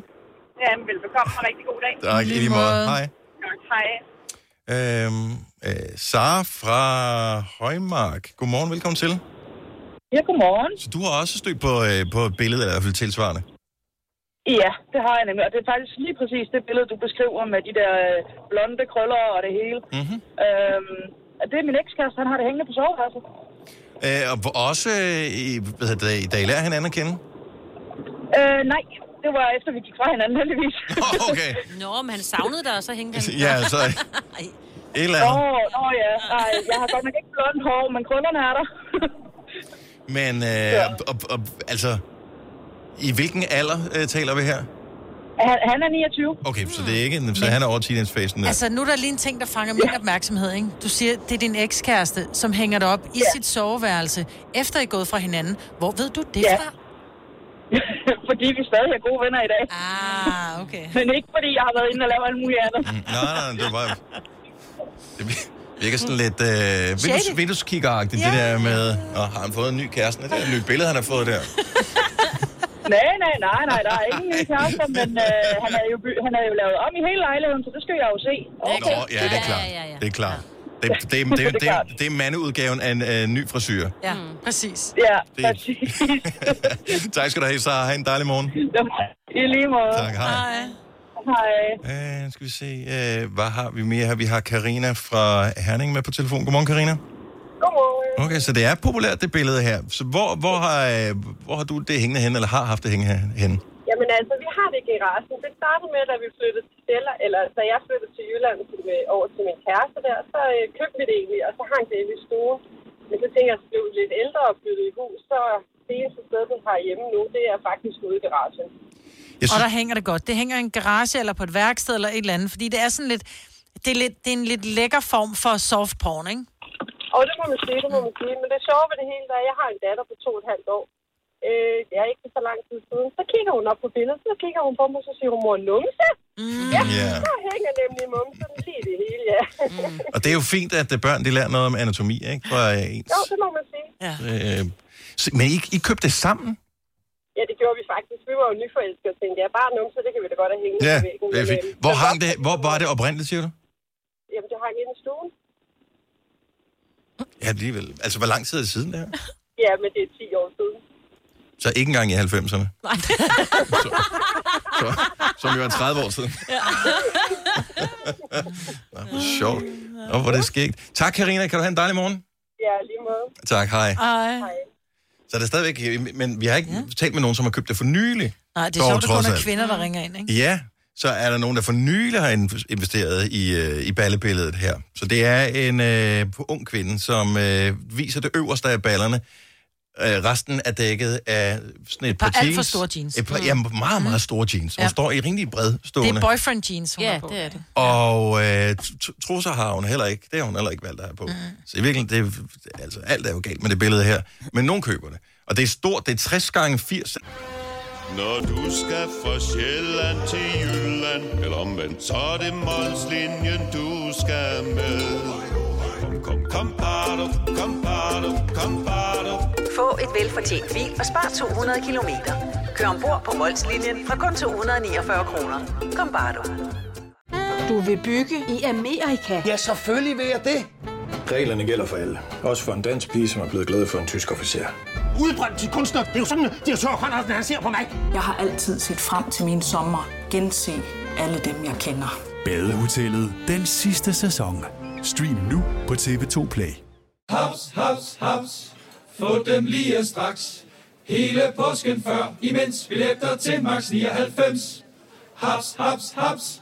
Speaker 11: ja, men velbekomme og rigtig god dag.
Speaker 1: Tak, i lige måde. Hej.
Speaker 11: Tak, hej.
Speaker 1: Øhm, øh, Sara fra Højmark. Godmorgen, velkommen til.
Speaker 12: Ja, godmorgen.
Speaker 1: Så du har også stødt på, øh, på et billede, eller i hvert fald tilsvarende.
Speaker 12: Ja, det har jeg nemlig. Og det er faktisk lige præcis det billede, du beskriver med de der øh, blonde krøller og det hele.
Speaker 1: Mm-hmm.
Speaker 12: Øhm, og det er min ekskæreste, han har det hængende på soveværelset.
Speaker 1: Øh, og hvor- også, øh, i- hvad hedder det, da I lærer hinanden at kende.
Speaker 12: Øh, nej, det var efter, vi gik fra hinanden, heldigvis.
Speaker 1: okay.
Speaker 2: Nå, men han savnede dig, og så hængte han.
Speaker 1: Ja, altså, et eller
Speaker 12: Åh,
Speaker 1: andet.
Speaker 12: oh, oh, ja. Ej, jeg har godt nok ikke blondt hår, men krøllerne er der.
Speaker 1: Men, øh, og, og, og, altså, i hvilken alder øh, taler vi her?
Speaker 12: Han, han er 29.
Speaker 1: Okay, så det er ikke, en- så han er over teenagefasen der.
Speaker 3: Altså, nu er der lige en ting, der fanger min opmærksomhed, ikke? Du siger, det er din ekskæreste, som hænger dig op i sit soveværelse, efter I er gået fra hinanden. Hvor ved du det
Speaker 12: Ja.
Speaker 3: fra?
Speaker 12: fordi vi stadig er gode venner i dag.
Speaker 3: Ah, okay.
Speaker 12: Men ikke fordi jeg har været inde og lavet alt muligt andet.
Speaker 1: Mm. Nej, nej, det var... Det virker sådan lidt øh,
Speaker 12: Shady.
Speaker 1: Windows, vindueskiggeragtigt, det der med, og har han fået en ny kæreste? Det er et nyt billede, han har fået der.
Speaker 12: Nej, nej, nej, nej, der er ingen nye kærester, men øh, han, er jo, by- han er jo lavet om i hele lejligheden, så det skal jeg jo se.
Speaker 1: Nå, ja, det er klart. Det er klart. Det, det, det, det, det, det, det er mandeudgaven af en øh, ny frisyr.
Speaker 3: Ja, mm. præcis.
Speaker 12: Ja,
Speaker 1: Det- tak skal du have, Sara. Ha' en dejlig morgen.
Speaker 12: I lige måde.
Speaker 1: Tak, hej.
Speaker 3: Hej.
Speaker 12: Hej.
Speaker 1: Øh, nu skal vi se, øh, hvad har vi mere her? Vi har Karina fra Herning med på telefon. Godmorgen, Karina. Godmorgen. Okay, så det er populært, det billede her. Så hvor, hvor, har, øh, hvor har du det hængende hen, eller har haft det hængende hen?
Speaker 13: Jamen altså, vi har det i garagen. Det startede med, da vi flyttede til Sjælland, eller da jeg flyttede til Jylland til, med, over til min kæreste der, så øh, købte vi det egentlig, og så hang det inde i stuen. Men så tænker jeg, at jeg blev lidt ældre og flyttede i hus, så det eneste sted, den har hjemme nu, det er faktisk ude i garagen.
Speaker 3: Synes... Og der hænger det godt. Det hænger i en garage eller på et værksted eller et eller andet, fordi det er sådan lidt... Det er, lidt, det er en lidt lækker form for soft porn, ikke?
Speaker 13: Og det må man sige, det må man sige. Men det sjove ved det hele er, at jeg har en datter på to og et halvt år. Øh, det er ikke så lang tid siden. Så kigger hun op på billedet, så kigger hun på mig, så siger hun, mor, numse? Mm. Ja,
Speaker 1: Yeah.
Speaker 13: så hænger nemlig mumsen lige i det hele, ja. Mm.
Speaker 1: Og det er jo fint, at øh, børn de lærer noget om anatomi, ikke? Fra øh, ens,
Speaker 13: jo, det må man sige. Ja.
Speaker 1: øh, så- men I, I købte det sammen?
Speaker 13: ja, det gjorde vi faktisk. Vi var jo nyforelskede og tænkte, ja, bare numse, det kan vi da godt have hængende
Speaker 1: Ja,
Speaker 13: på væggen.
Speaker 1: det er
Speaker 13: Men,
Speaker 1: fint. Hvor, hang det, hvor var det oprindeligt, siger du?
Speaker 13: øh, Jamen, det hang inde i stuen.
Speaker 1: Ja, alligevel. Altså, hvor lang tid er det siden, det her?
Speaker 13: Ja, men det er 10 år siden.
Speaker 1: Så ikke engang i 90'erne, som jo er 30 år siden. Nå, hvor sjovt. Nå, hvor er det skægt. Tak, Karina. Kan du have en dejlig morgen?
Speaker 13: ja, lige måde.
Speaker 1: Tak, hej.
Speaker 3: Hej.
Speaker 1: Så er det stadigvæk, øh, men vi har ikke ja. talt med nogen, som har købt det for nylig.
Speaker 3: Nej, det er
Speaker 1: Dog,
Speaker 3: sjovt, at
Speaker 1: trods
Speaker 3: kun er
Speaker 1: alt.
Speaker 3: kvinder, der ringer ind, ikke?
Speaker 1: Ja, så er der nogen, der for nylig har inv- investeret i, øh, i ballebilledet her. Så det er en øh, ung kvinde, som øh, viser det øverste af ballerne. Øh, resten er dækket af sådan et
Speaker 3: par
Speaker 1: par,
Speaker 3: alt
Speaker 1: jeans.
Speaker 3: for store jeans.
Speaker 1: Et par,
Speaker 3: Mm.
Speaker 1: ja, meget, meget store jeans. Hun
Speaker 3: Ja.
Speaker 1: står i rimelig bredstående.
Speaker 3: Det er boyfriend jeans, hun ja, har på. det er det.
Speaker 1: Og øh, tr- tr- trusser har hun heller ikke. Det har hun heller ikke valgt at have på. Mm. Så i virkeligheden, det, er- altså, alt er jo galt med det billede her. Men nogen køber det. Og det er stort. Det er 60 gange 80.
Speaker 14: Når du skal fra Sjælland til Jylland, eller omvendt, så er det Molslinjen, du skal med. Kom, kom, kom, bado, kom, bado, kom, bado.
Speaker 15: Få et velfortjent bil og spar 200 kilometer. Kør ombord på Molslinjen fra kun 249 kroner. Kom bare du.
Speaker 16: Du vil bygge i Amerika? Ja, selvfølgelig vil jeg det.
Speaker 17: Reglerne gælder for alle. Også for en dansk pige, som er blevet glad for en tysk officer.
Speaker 18: Udbrændt til kunstner. Det er jo sådan, at de har tørt, han ser på mig. Jeg har altid set frem til min sommer. Gense alle dem, jeg kender.
Speaker 19: Badehotellet den sidste sæson. Stream nu på TV2 Play.
Speaker 20: Haps, haps, haps. Få dem lige straks. Hele påsken før, imens vi læfter til max 99. Haps, haps, haps.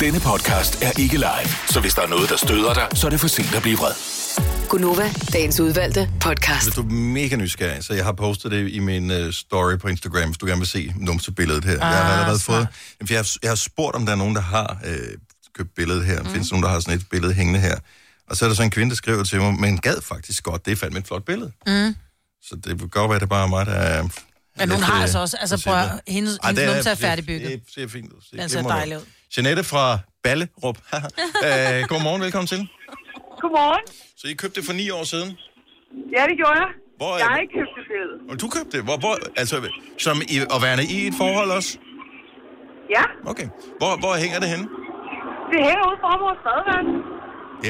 Speaker 21: Denne podcast er ikke live, så hvis der er noget, der støder dig, så er det for sent at blive vred.
Speaker 6: Gunova, dagens udvalgte podcast.
Speaker 1: Hvis du er mega nysgerrig, så jeg har postet det i min øh, story på Instagram, hvis du gerne vil se numsebilledet her. Ah, jeg har
Speaker 22: Ah,
Speaker 1: allerede
Speaker 22: smart.
Speaker 1: fået... Jamen, for Jeg har, jeg har spurgt, om der er nogen, der har øh, købt billedet her. Mm. Findes der nogen, der har sådan et billede hængende her? Og så er der så en kvinde, der skriver til mig, men gad faktisk godt, det er fandme et flot billede.
Speaker 3: Mm.
Speaker 1: Så det kan godt være, det er bare mig, der er...
Speaker 3: Men hun har
Speaker 1: Øh,
Speaker 3: altså også... Altså, prøv at, høre, hendes,
Speaker 1: Ej, det
Speaker 3: hendes
Speaker 1: er-
Speaker 3: numse er
Speaker 1: det-
Speaker 3: færdigbygget.
Speaker 1: Det ser fint ud.
Speaker 3: Den ser
Speaker 1: glimrende
Speaker 3: dejlig ud.
Speaker 1: Jeanette fra Ballerup. øh, godmorgen, velkommen til.
Speaker 23: Godmorgen.
Speaker 1: Så I købte det for ni år siden?
Speaker 23: Ja, det gjorde jeg.
Speaker 1: Hvor er
Speaker 23: jeg har
Speaker 1: det?
Speaker 23: ikke købt det billede.
Speaker 1: Og du købte det? Hvor, hvor, altså, som i, at være i et forhold også?
Speaker 23: Ja,
Speaker 1: Okay. Hvor, hvor hænger det henne?
Speaker 23: det hænger ude for vores badeværelse.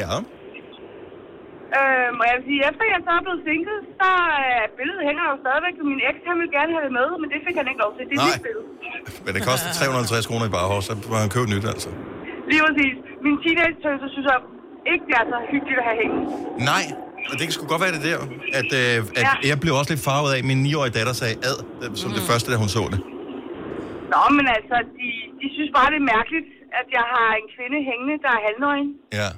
Speaker 1: Ja.
Speaker 23: Øhm, og jeg vil sige, efter jeg så er blevet single, så er billedet hænger der jo stadigvæk. for Min eks, han ville gerne have det med, men det fik han ikke lov til. Det er
Speaker 1: Nej.
Speaker 23: mit billede.
Speaker 1: Men det koster 350 kroner i Bauhaus, så må han købe nyt, altså.
Speaker 23: Lige præcis. Min teenage-tøse synes jeg ikke, det er så hyggeligt at have hængende.
Speaker 1: Nej, og det kan sgu godt være det der, at, øh, at
Speaker 23: Ja.
Speaker 1: ja. jeg blev også lidt farvet af, at min 9-årige datter sagde ad, øh, som mm. det første, da hun så det.
Speaker 23: Nå, men altså, de, de synes bare, det er mærkeligt, at jeg har en kvinde hængende, der er halvnøgen.
Speaker 1: Ja.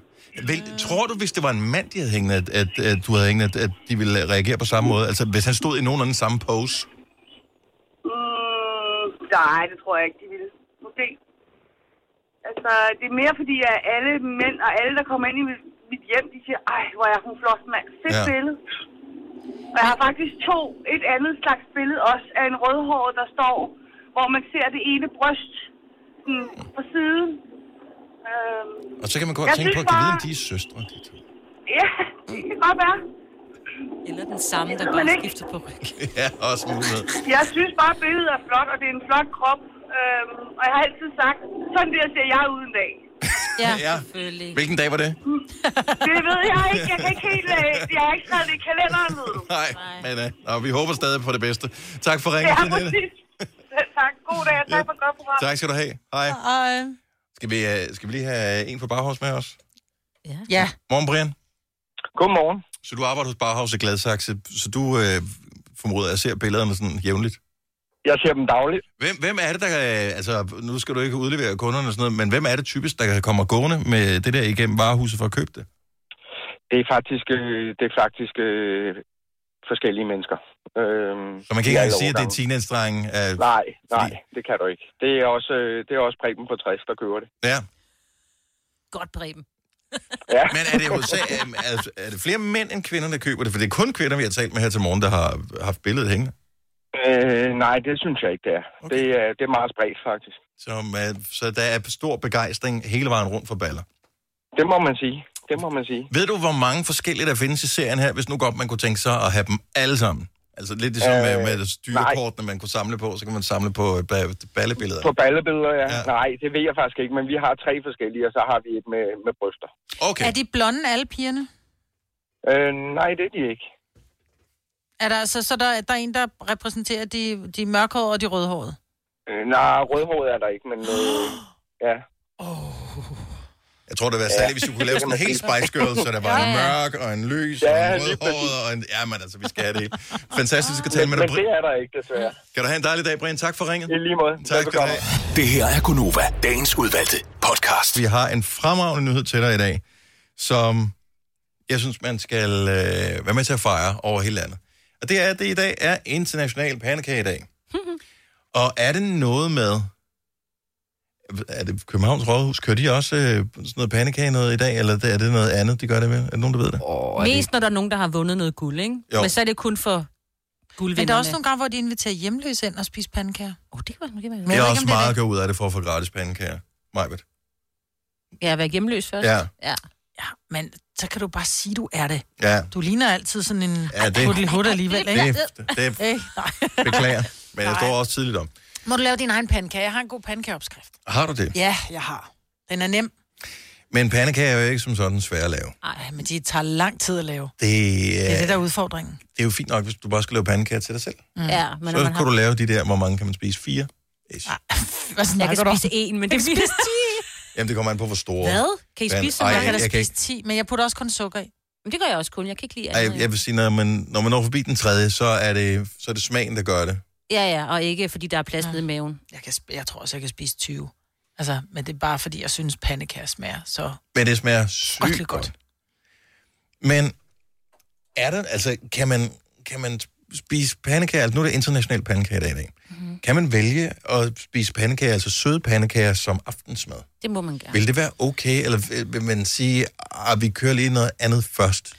Speaker 1: Vel, tror du, hvis det var en mand, de havde hængende, at, at, at du havde hængende, at, at de ville reagere på samme måde? Altså, hvis han stod i nogenlunde samme pose?
Speaker 23: Mm, nej, det tror jeg ikke, de ville. Måske. Altså, det er mere fordi, at alle mænd og alle, der kommer ind i mit- mit hjem, de siger, ej, hvor er hun flot, mand. Fedt
Speaker 1: Ja.
Speaker 23: ja. billede. Og jeg har faktisk to, et andet slags billede også, af en rødhåret, der står, hvor man ser det ene bryst sådan, på mm, siden. Øhm,
Speaker 1: Og så kan man godt
Speaker 23: Jeg
Speaker 1: tænke på,
Speaker 23: synes
Speaker 1: at kan vide, om
Speaker 23: bare-
Speaker 1: de er søstre.
Speaker 23: ja, det kan godt være.
Speaker 2: Eller den samme, der
Speaker 23: Men
Speaker 2: bare
Speaker 23: ikke-
Speaker 2: skifter på ryg.
Speaker 1: ja, også mulighed.
Speaker 23: Jeg synes bare, billedet er flot, og det er en flot krop. Øhm, og jeg har altid sagt, sådan der ser jeg ud en dag.
Speaker 2: Ja,
Speaker 1: ja. Hvilken dag var det?
Speaker 23: Det ved jeg ikke. Jeg kan ikke helt... øh, Jeg har ikke skrevet det i kalenderen, ved du.
Speaker 1: Nej, men uh, nå, vi håber stadig på det bedste. Tak for ringen,
Speaker 23: Ja,
Speaker 1: Jeanette.
Speaker 23: præcis. Selv Tak. God dag, og tak for et godt program.
Speaker 1: Tak skal du have. Hej.
Speaker 3: Hej.
Speaker 1: Skal vi, uh, skal vi lige have en fra Bauhaus med os?
Speaker 3: Ja.
Speaker 1: Morgen, Brian.
Speaker 4: Godmorgen.
Speaker 1: Så du arbejder hos Bauhaus i Gladsaxe, så du øh, formoder, at jeg ser billederne sådan jævnligt?
Speaker 4: Jeg ser dem dagligt.
Speaker 1: Hvem, hvem er det, der... øh, Altså, nu skal du ikke udlevere kunderne og sådan noget, men hvem er det typisk, der kommer gående med det der igennem varehuset for at købe det?
Speaker 4: Det er faktisk, øh, det er faktisk øh, forskellige mennesker. Øh,
Speaker 1: Så man kan ikke engang sige, at det er teenage-drenge. Øh,
Speaker 4: Nej, nej, det kan du ikke. Det er også, øh, det er også Preben på 60, der kører det.
Speaker 1: Ja.
Speaker 2: Godt, Preben.
Speaker 4: Ja.
Speaker 1: Men er det, hovedsageligt- er, er, er det flere mænd end kvinder, der køber det? For det er kun kvinder, vi har talt med her til morgen, der har haft billedet hængende.
Speaker 4: Øh, nej, det synes jeg ikke, det er. Okay. Det, er det er meget spredt, faktisk.
Speaker 1: Som, øh, så der er stor begejstring hele vejen rundt for baller.
Speaker 4: Det må man sige. Det må man sige.
Speaker 1: Ved du, hvor mange forskellige der findes i serien her, hvis nu godt man kunne tænke sig at have dem alle sammen? Altså lidt ligesom øh, med, med styrekortene, man kunne samle på, så kan man samle på øh, ba- ballebilleder.
Speaker 4: På ballebilleder, ja. ja. Nej, det ved jeg faktisk ikke, men vi har tre forskellige, og så har vi et med, med bryster.
Speaker 1: Okay.
Speaker 3: Er de blonde, alle pigerne?
Speaker 4: Øh, nej, det er de ikke.
Speaker 3: Er der, så, så der, der er en, der repræsenterer de, de mørkhårede og de rødhårede?
Speaker 4: Øh, nej, rødhåret er der ikke, men øh, ja.
Speaker 1: Jeg tror, det ville være særligt, hvis du kunne lave sådan en helt Spice Girl, så der var en mørk og en lys og
Speaker 4: Ja,
Speaker 1: en
Speaker 4: lige
Speaker 1: rødhåret og en... Ja, men altså, vi skal have det hele. Fantastisk at tale med dig.
Speaker 4: Men det er der ikke, desværre.
Speaker 1: Kan du have en dejlig dag, Brian. Tak for ringet. I
Speaker 4: lige måde.
Speaker 1: Tak skal du have.
Speaker 21: Det her er Gunova, dagens udvalgte podcast.
Speaker 1: Vi har en fremragende nyhed til dig i dag, som jeg synes, man skal øh, være med til at fejre over hele landet. Og det er, at det i dag er International Pandekagedag. Og er det noget med... Er det Københavns Rådhus? Kører de også øh, sådan noget pandekage noget i dag, eller er det noget andet, de gør det med? Er der nogen, der ved det?
Speaker 2: Oh, Mest, når der er nogen, der har vundet noget guld, ikke?
Speaker 1: Jo.
Speaker 2: Jo. Men så er det kun for guldvinderne.
Speaker 3: Men der er også nogle gange, hvor de inviterer hjemløse ind og spiser pandekager.
Speaker 2: Åh, oh, det kan man ikke
Speaker 1: Det er også meget at gå ud af det for at få gratis pandekager. Majbet.
Speaker 2: Ja, at være hjemløs først.
Speaker 1: Ja.
Speaker 2: ja.
Speaker 3: Ja, men så kan du bare sige, du er det.
Speaker 1: Ja.
Speaker 3: Du ligner altid sådan en
Speaker 1: Ja,
Speaker 3: ja,
Speaker 1: det-
Speaker 3: det... huddelhut alligevel, ikke?
Speaker 1: Det- det-
Speaker 3: Ej, nej.
Speaker 1: Beklager, men jeg står også tidligt om.
Speaker 3: Må du lave din egen pandekage? Jeg har en god pandekageopskrift.
Speaker 1: Har du det?
Speaker 3: Ja, jeg har. Den er nem.
Speaker 1: Men pandekager er jo ikke som sådan svære at lave.
Speaker 3: Nej, men de tager lang tid at lave.
Speaker 1: Det,
Speaker 3: Det er det, der
Speaker 1: er,
Speaker 3: er udfordringen.
Speaker 1: det er jo fint nok, hvis du bare skal lave pandekager til dig selv.
Speaker 3: Mm. Ja,
Speaker 1: Men så kunne du lave de der, hvor mange kan man spise? Fire? Ah.
Speaker 3: Hvad
Speaker 2: Jeg kan
Speaker 3: snakker du om?
Speaker 2: spise en, men det
Speaker 3: Jeg kan
Speaker 2: bliver...
Speaker 3: spise 10.
Speaker 1: Jamen, det kommer an på, hvor store.
Speaker 3: Hvad? Kan I
Speaker 1: Men-
Speaker 3: spise så
Speaker 1: Ej,
Speaker 3: meget? Jeg kan
Speaker 1: jeg
Speaker 3: da
Speaker 1: kan
Speaker 3: spise 10, men jeg putter også kun sukker i.
Speaker 2: Men det gør jeg også kun. Jeg kan ikke lide andet.
Speaker 1: Ej, jeg vil sige, når man, når man når forbi den tredje, så er det, så er det smagen, der gør det.
Speaker 2: Ja, ja, og ikke fordi der er plads nede i maven.
Speaker 3: Jeg, kan, sp- jeg tror også, jeg kan spise 20. Altså, men det er bare fordi, jeg synes, pandekager smager. Så
Speaker 1: Men det smager sygt godt. godt. Men er der, altså, kan man, kan man spise pandekager? Altså, nu er det international pandekager i dag. Mm. Kan man vælge at spise pandekager, altså søde pandekager, som aftensmad?
Speaker 2: Det må man gerne.
Speaker 1: Vil det være okay, eller vil- vil man sige, at vi kører lige noget andet først?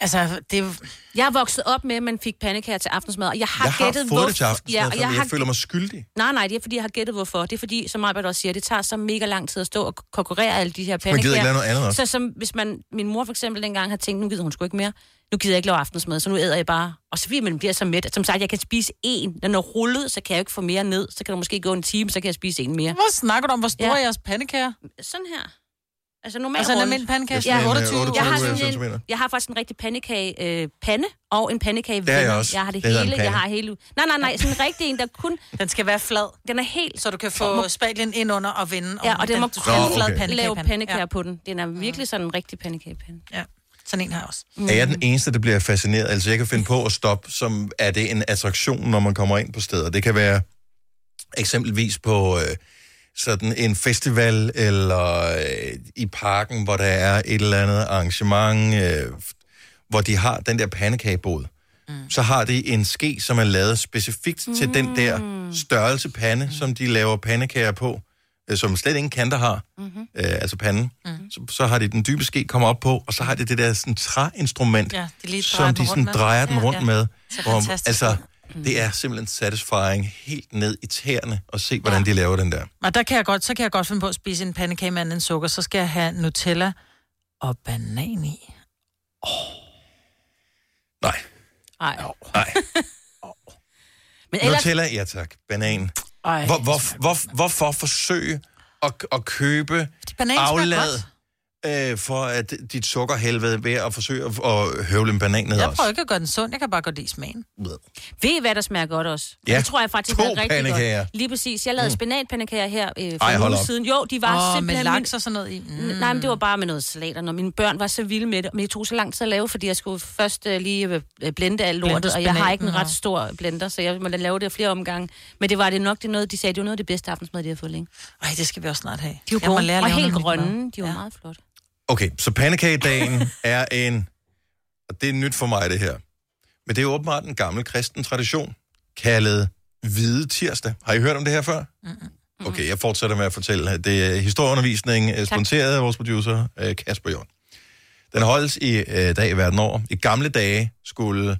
Speaker 3: Altså, det...
Speaker 2: Jeg er vokset op med, at man fik pandekager til aftensmad, og jeg har,
Speaker 1: jeg har
Speaker 2: gættet,
Speaker 1: fået
Speaker 2: hvorfor...
Speaker 1: det til aftensmad,
Speaker 2: ja,
Speaker 1: ja,
Speaker 2: og
Speaker 1: jeg,
Speaker 2: jeg, har...
Speaker 1: føler mig skyldig.
Speaker 2: Nej, nej, det er, fordi jeg har gættet, hvorfor. Det er, fordi, som Albert også siger, det tager så mega lang tid at stå og konkurrere alle de her
Speaker 1: man gider
Speaker 2: pandekager.
Speaker 1: ikke lave noget andet også.
Speaker 2: Så som, hvis man, min mor for eksempel dengang har tænkt, nu gider hun sgu ikke mere. Nu gider jeg ikke lave aftensmad, så nu æder jeg bare. Og så bliver man bliver så mæt. Som sagt, jeg kan spise én. Når den er rullet, så kan jeg jo ikke få mere ned. Så kan der måske gå en time, så kan jeg spise en mere.
Speaker 3: Hvor snakker du om, hvor store er jeres pandekager?
Speaker 2: Sådan her. Altså normalt
Speaker 3: Altså en
Speaker 2: rundt.
Speaker 3: almindelig pandekage?
Speaker 1: Det er sådan en,
Speaker 2: Ja,
Speaker 1: øh,
Speaker 2: 28,
Speaker 1: 28
Speaker 2: jeg, har sådan
Speaker 1: centimeter.
Speaker 2: en, jeg har faktisk en rigtig pandekage øh, pande og en pandekage
Speaker 1: Det har jeg
Speaker 2: vinger.
Speaker 1: også.
Speaker 2: Jeg har det,
Speaker 1: Det hedder en
Speaker 2: hele. Jeg
Speaker 1: pande.
Speaker 2: har hele. Nej, nej, nej. Sådan en rigtig en, der kun...
Speaker 3: Den skal være flad.
Speaker 2: Den er helt...
Speaker 3: Så du kan få
Speaker 2: Må-
Speaker 3: spatlen ind under og vende.
Speaker 2: Ja, og det må
Speaker 3: du
Speaker 2: kun
Speaker 1: Nå, okay.
Speaker 2: okay. lave pandekager
Speaker 3: Ja.
Speaker 2: ja. på den. Den er virkelig sådan en rigtig pandekagepande.
Speaker 3: Ja, sådan en har jeg også.
Speaker 1: Mm. Er jeg den eneste, der bliver fascineret? Altså, jeg kan finde på at stoppe, som er det en attraktion, når man kommer ind på steder. Det kan være eksempelvis på øh, sådan en festival, eller øh, i parken, hvor der er et eller andet arrangement, øh, hvor de har den der pandekagebåd. Mm. Så har de en ske, som er lavet specifikt mm. til den der størrelse pande, mm. som de laver pandekager på, øh, som slet ingen kanter har, mm-hmm. øh, altså panden. Mm. Så, så har de den dybe ske kommer op på, og så har de det der sådan træinstrument,
Speaker 3: Ja, de lige drejer
Speaker 1: som
Speaker 3: den
Speaker 1: de
Speaker 3: rundt
Speaker 1: sådan
Speaker 3: med.
Speaker 1: drejer den
Speaker 3: Ja,
Speaker 1: rundt
Speaker 3: ja.
Speaker 1: med.
Speaker 3: Så
Speaker 1: Hvor,
Speaker 3: fantastisk. Mm.
Speaker 1: altså, Det er simpelthen satisfying helt ned i tæerne og se, hvordan de laver den der.
Speaker 3: Og der kan jeg godt, så kan jeg godt finde på at spise en pandekage med anden sukker. Så skal jeg have Nutella og banan i.
Speaker 1: Nej,
Speaker 2: Nej.
Speaker 1: nej.
Speaker 2: Men
Speaker 1: ellers...
Speaker 2: ellers-
Speaker 1: Nutella, ja tak. Banan.
Speaker 3: Ej,
Speaker 1: Hvor, hvor, hvor, hvorfor forsøge at, at købe
Speaker 3: banan smager
Speaker 1: aflad øh, for at dit sukkerhelvede ved at forsøge at, at høvle en banan ned
Speaker 3: Jeg
Speaker 1: også?
Speaker 3: prøver ikke at gøre den sund, jeg kan bare godt lide smagen.
Speaker 2: Ved I, hvad der smager godt også?
Speaker 1: Ja.
Speaker 2: Det tror jeg faktisk
Speaker 1: To
Speaker 2: er rigtig
Speaker 1: pandekager.
Speaker 2: godt. Lige præcis. Jeg lavede
Speaker 1: Mm.
Speaker 2: mm. spinatpandekager her øh, for
Speaker 1: Ej,
Speaker 2: en
Speaker 1: hold
Speaker 2: uge
Speaker 1: op.
Speaker 2: siden. Jo, de var
Speaker 3: Åh, med
Speaker 2: simpelthen...
Speaker 3: laks og sådan noget i. Mm.
Speaker 2: Nej, men det var bare med noget salat, og når mine børn var så vilde med det. Men det tog så lang tid at lave, fordi jeg skulle først øh, lige øh, blende alt
Speaker 5: Blende
Speaker 2: lortet, og jeg har ikke en
Speaker 5: spinaten,
Speaker 2: ret
Speaker 5: ja.
Speaker 2: stor blender, så jeg må lave det flere omgange. Men det var det nok, det er noget, de sagde, det var noget af det bedste aftensmad, de har fået længe.
Speaker 3: Ej, det skal vi også snart have.
Speaker 2: De var
Speaker 3: Jeg må
Speaker 2: gode,
Speaker 3: lære at
Speaker 2: og
Speaker 3: lave
Speaker 2: helt
Speaker 3: noget nyt mad.
Speaker 2: grønne. De var ja. meget flotte.
Speaker 1: Okay, så pandekagedagen er en... Og det er nyt for mig, det her. Men det er åbenbart en gammel kristen tradition, kaldet Hvide Tirsdag. Har I hørt om det her før? Okay, jeg fortsætter med at fortælle. Det er historieundervisning, øh, sponsoreret af vores producer, øh, Kasper Jørn. Den holdes i øh, dag verden over. I gamle dage skulle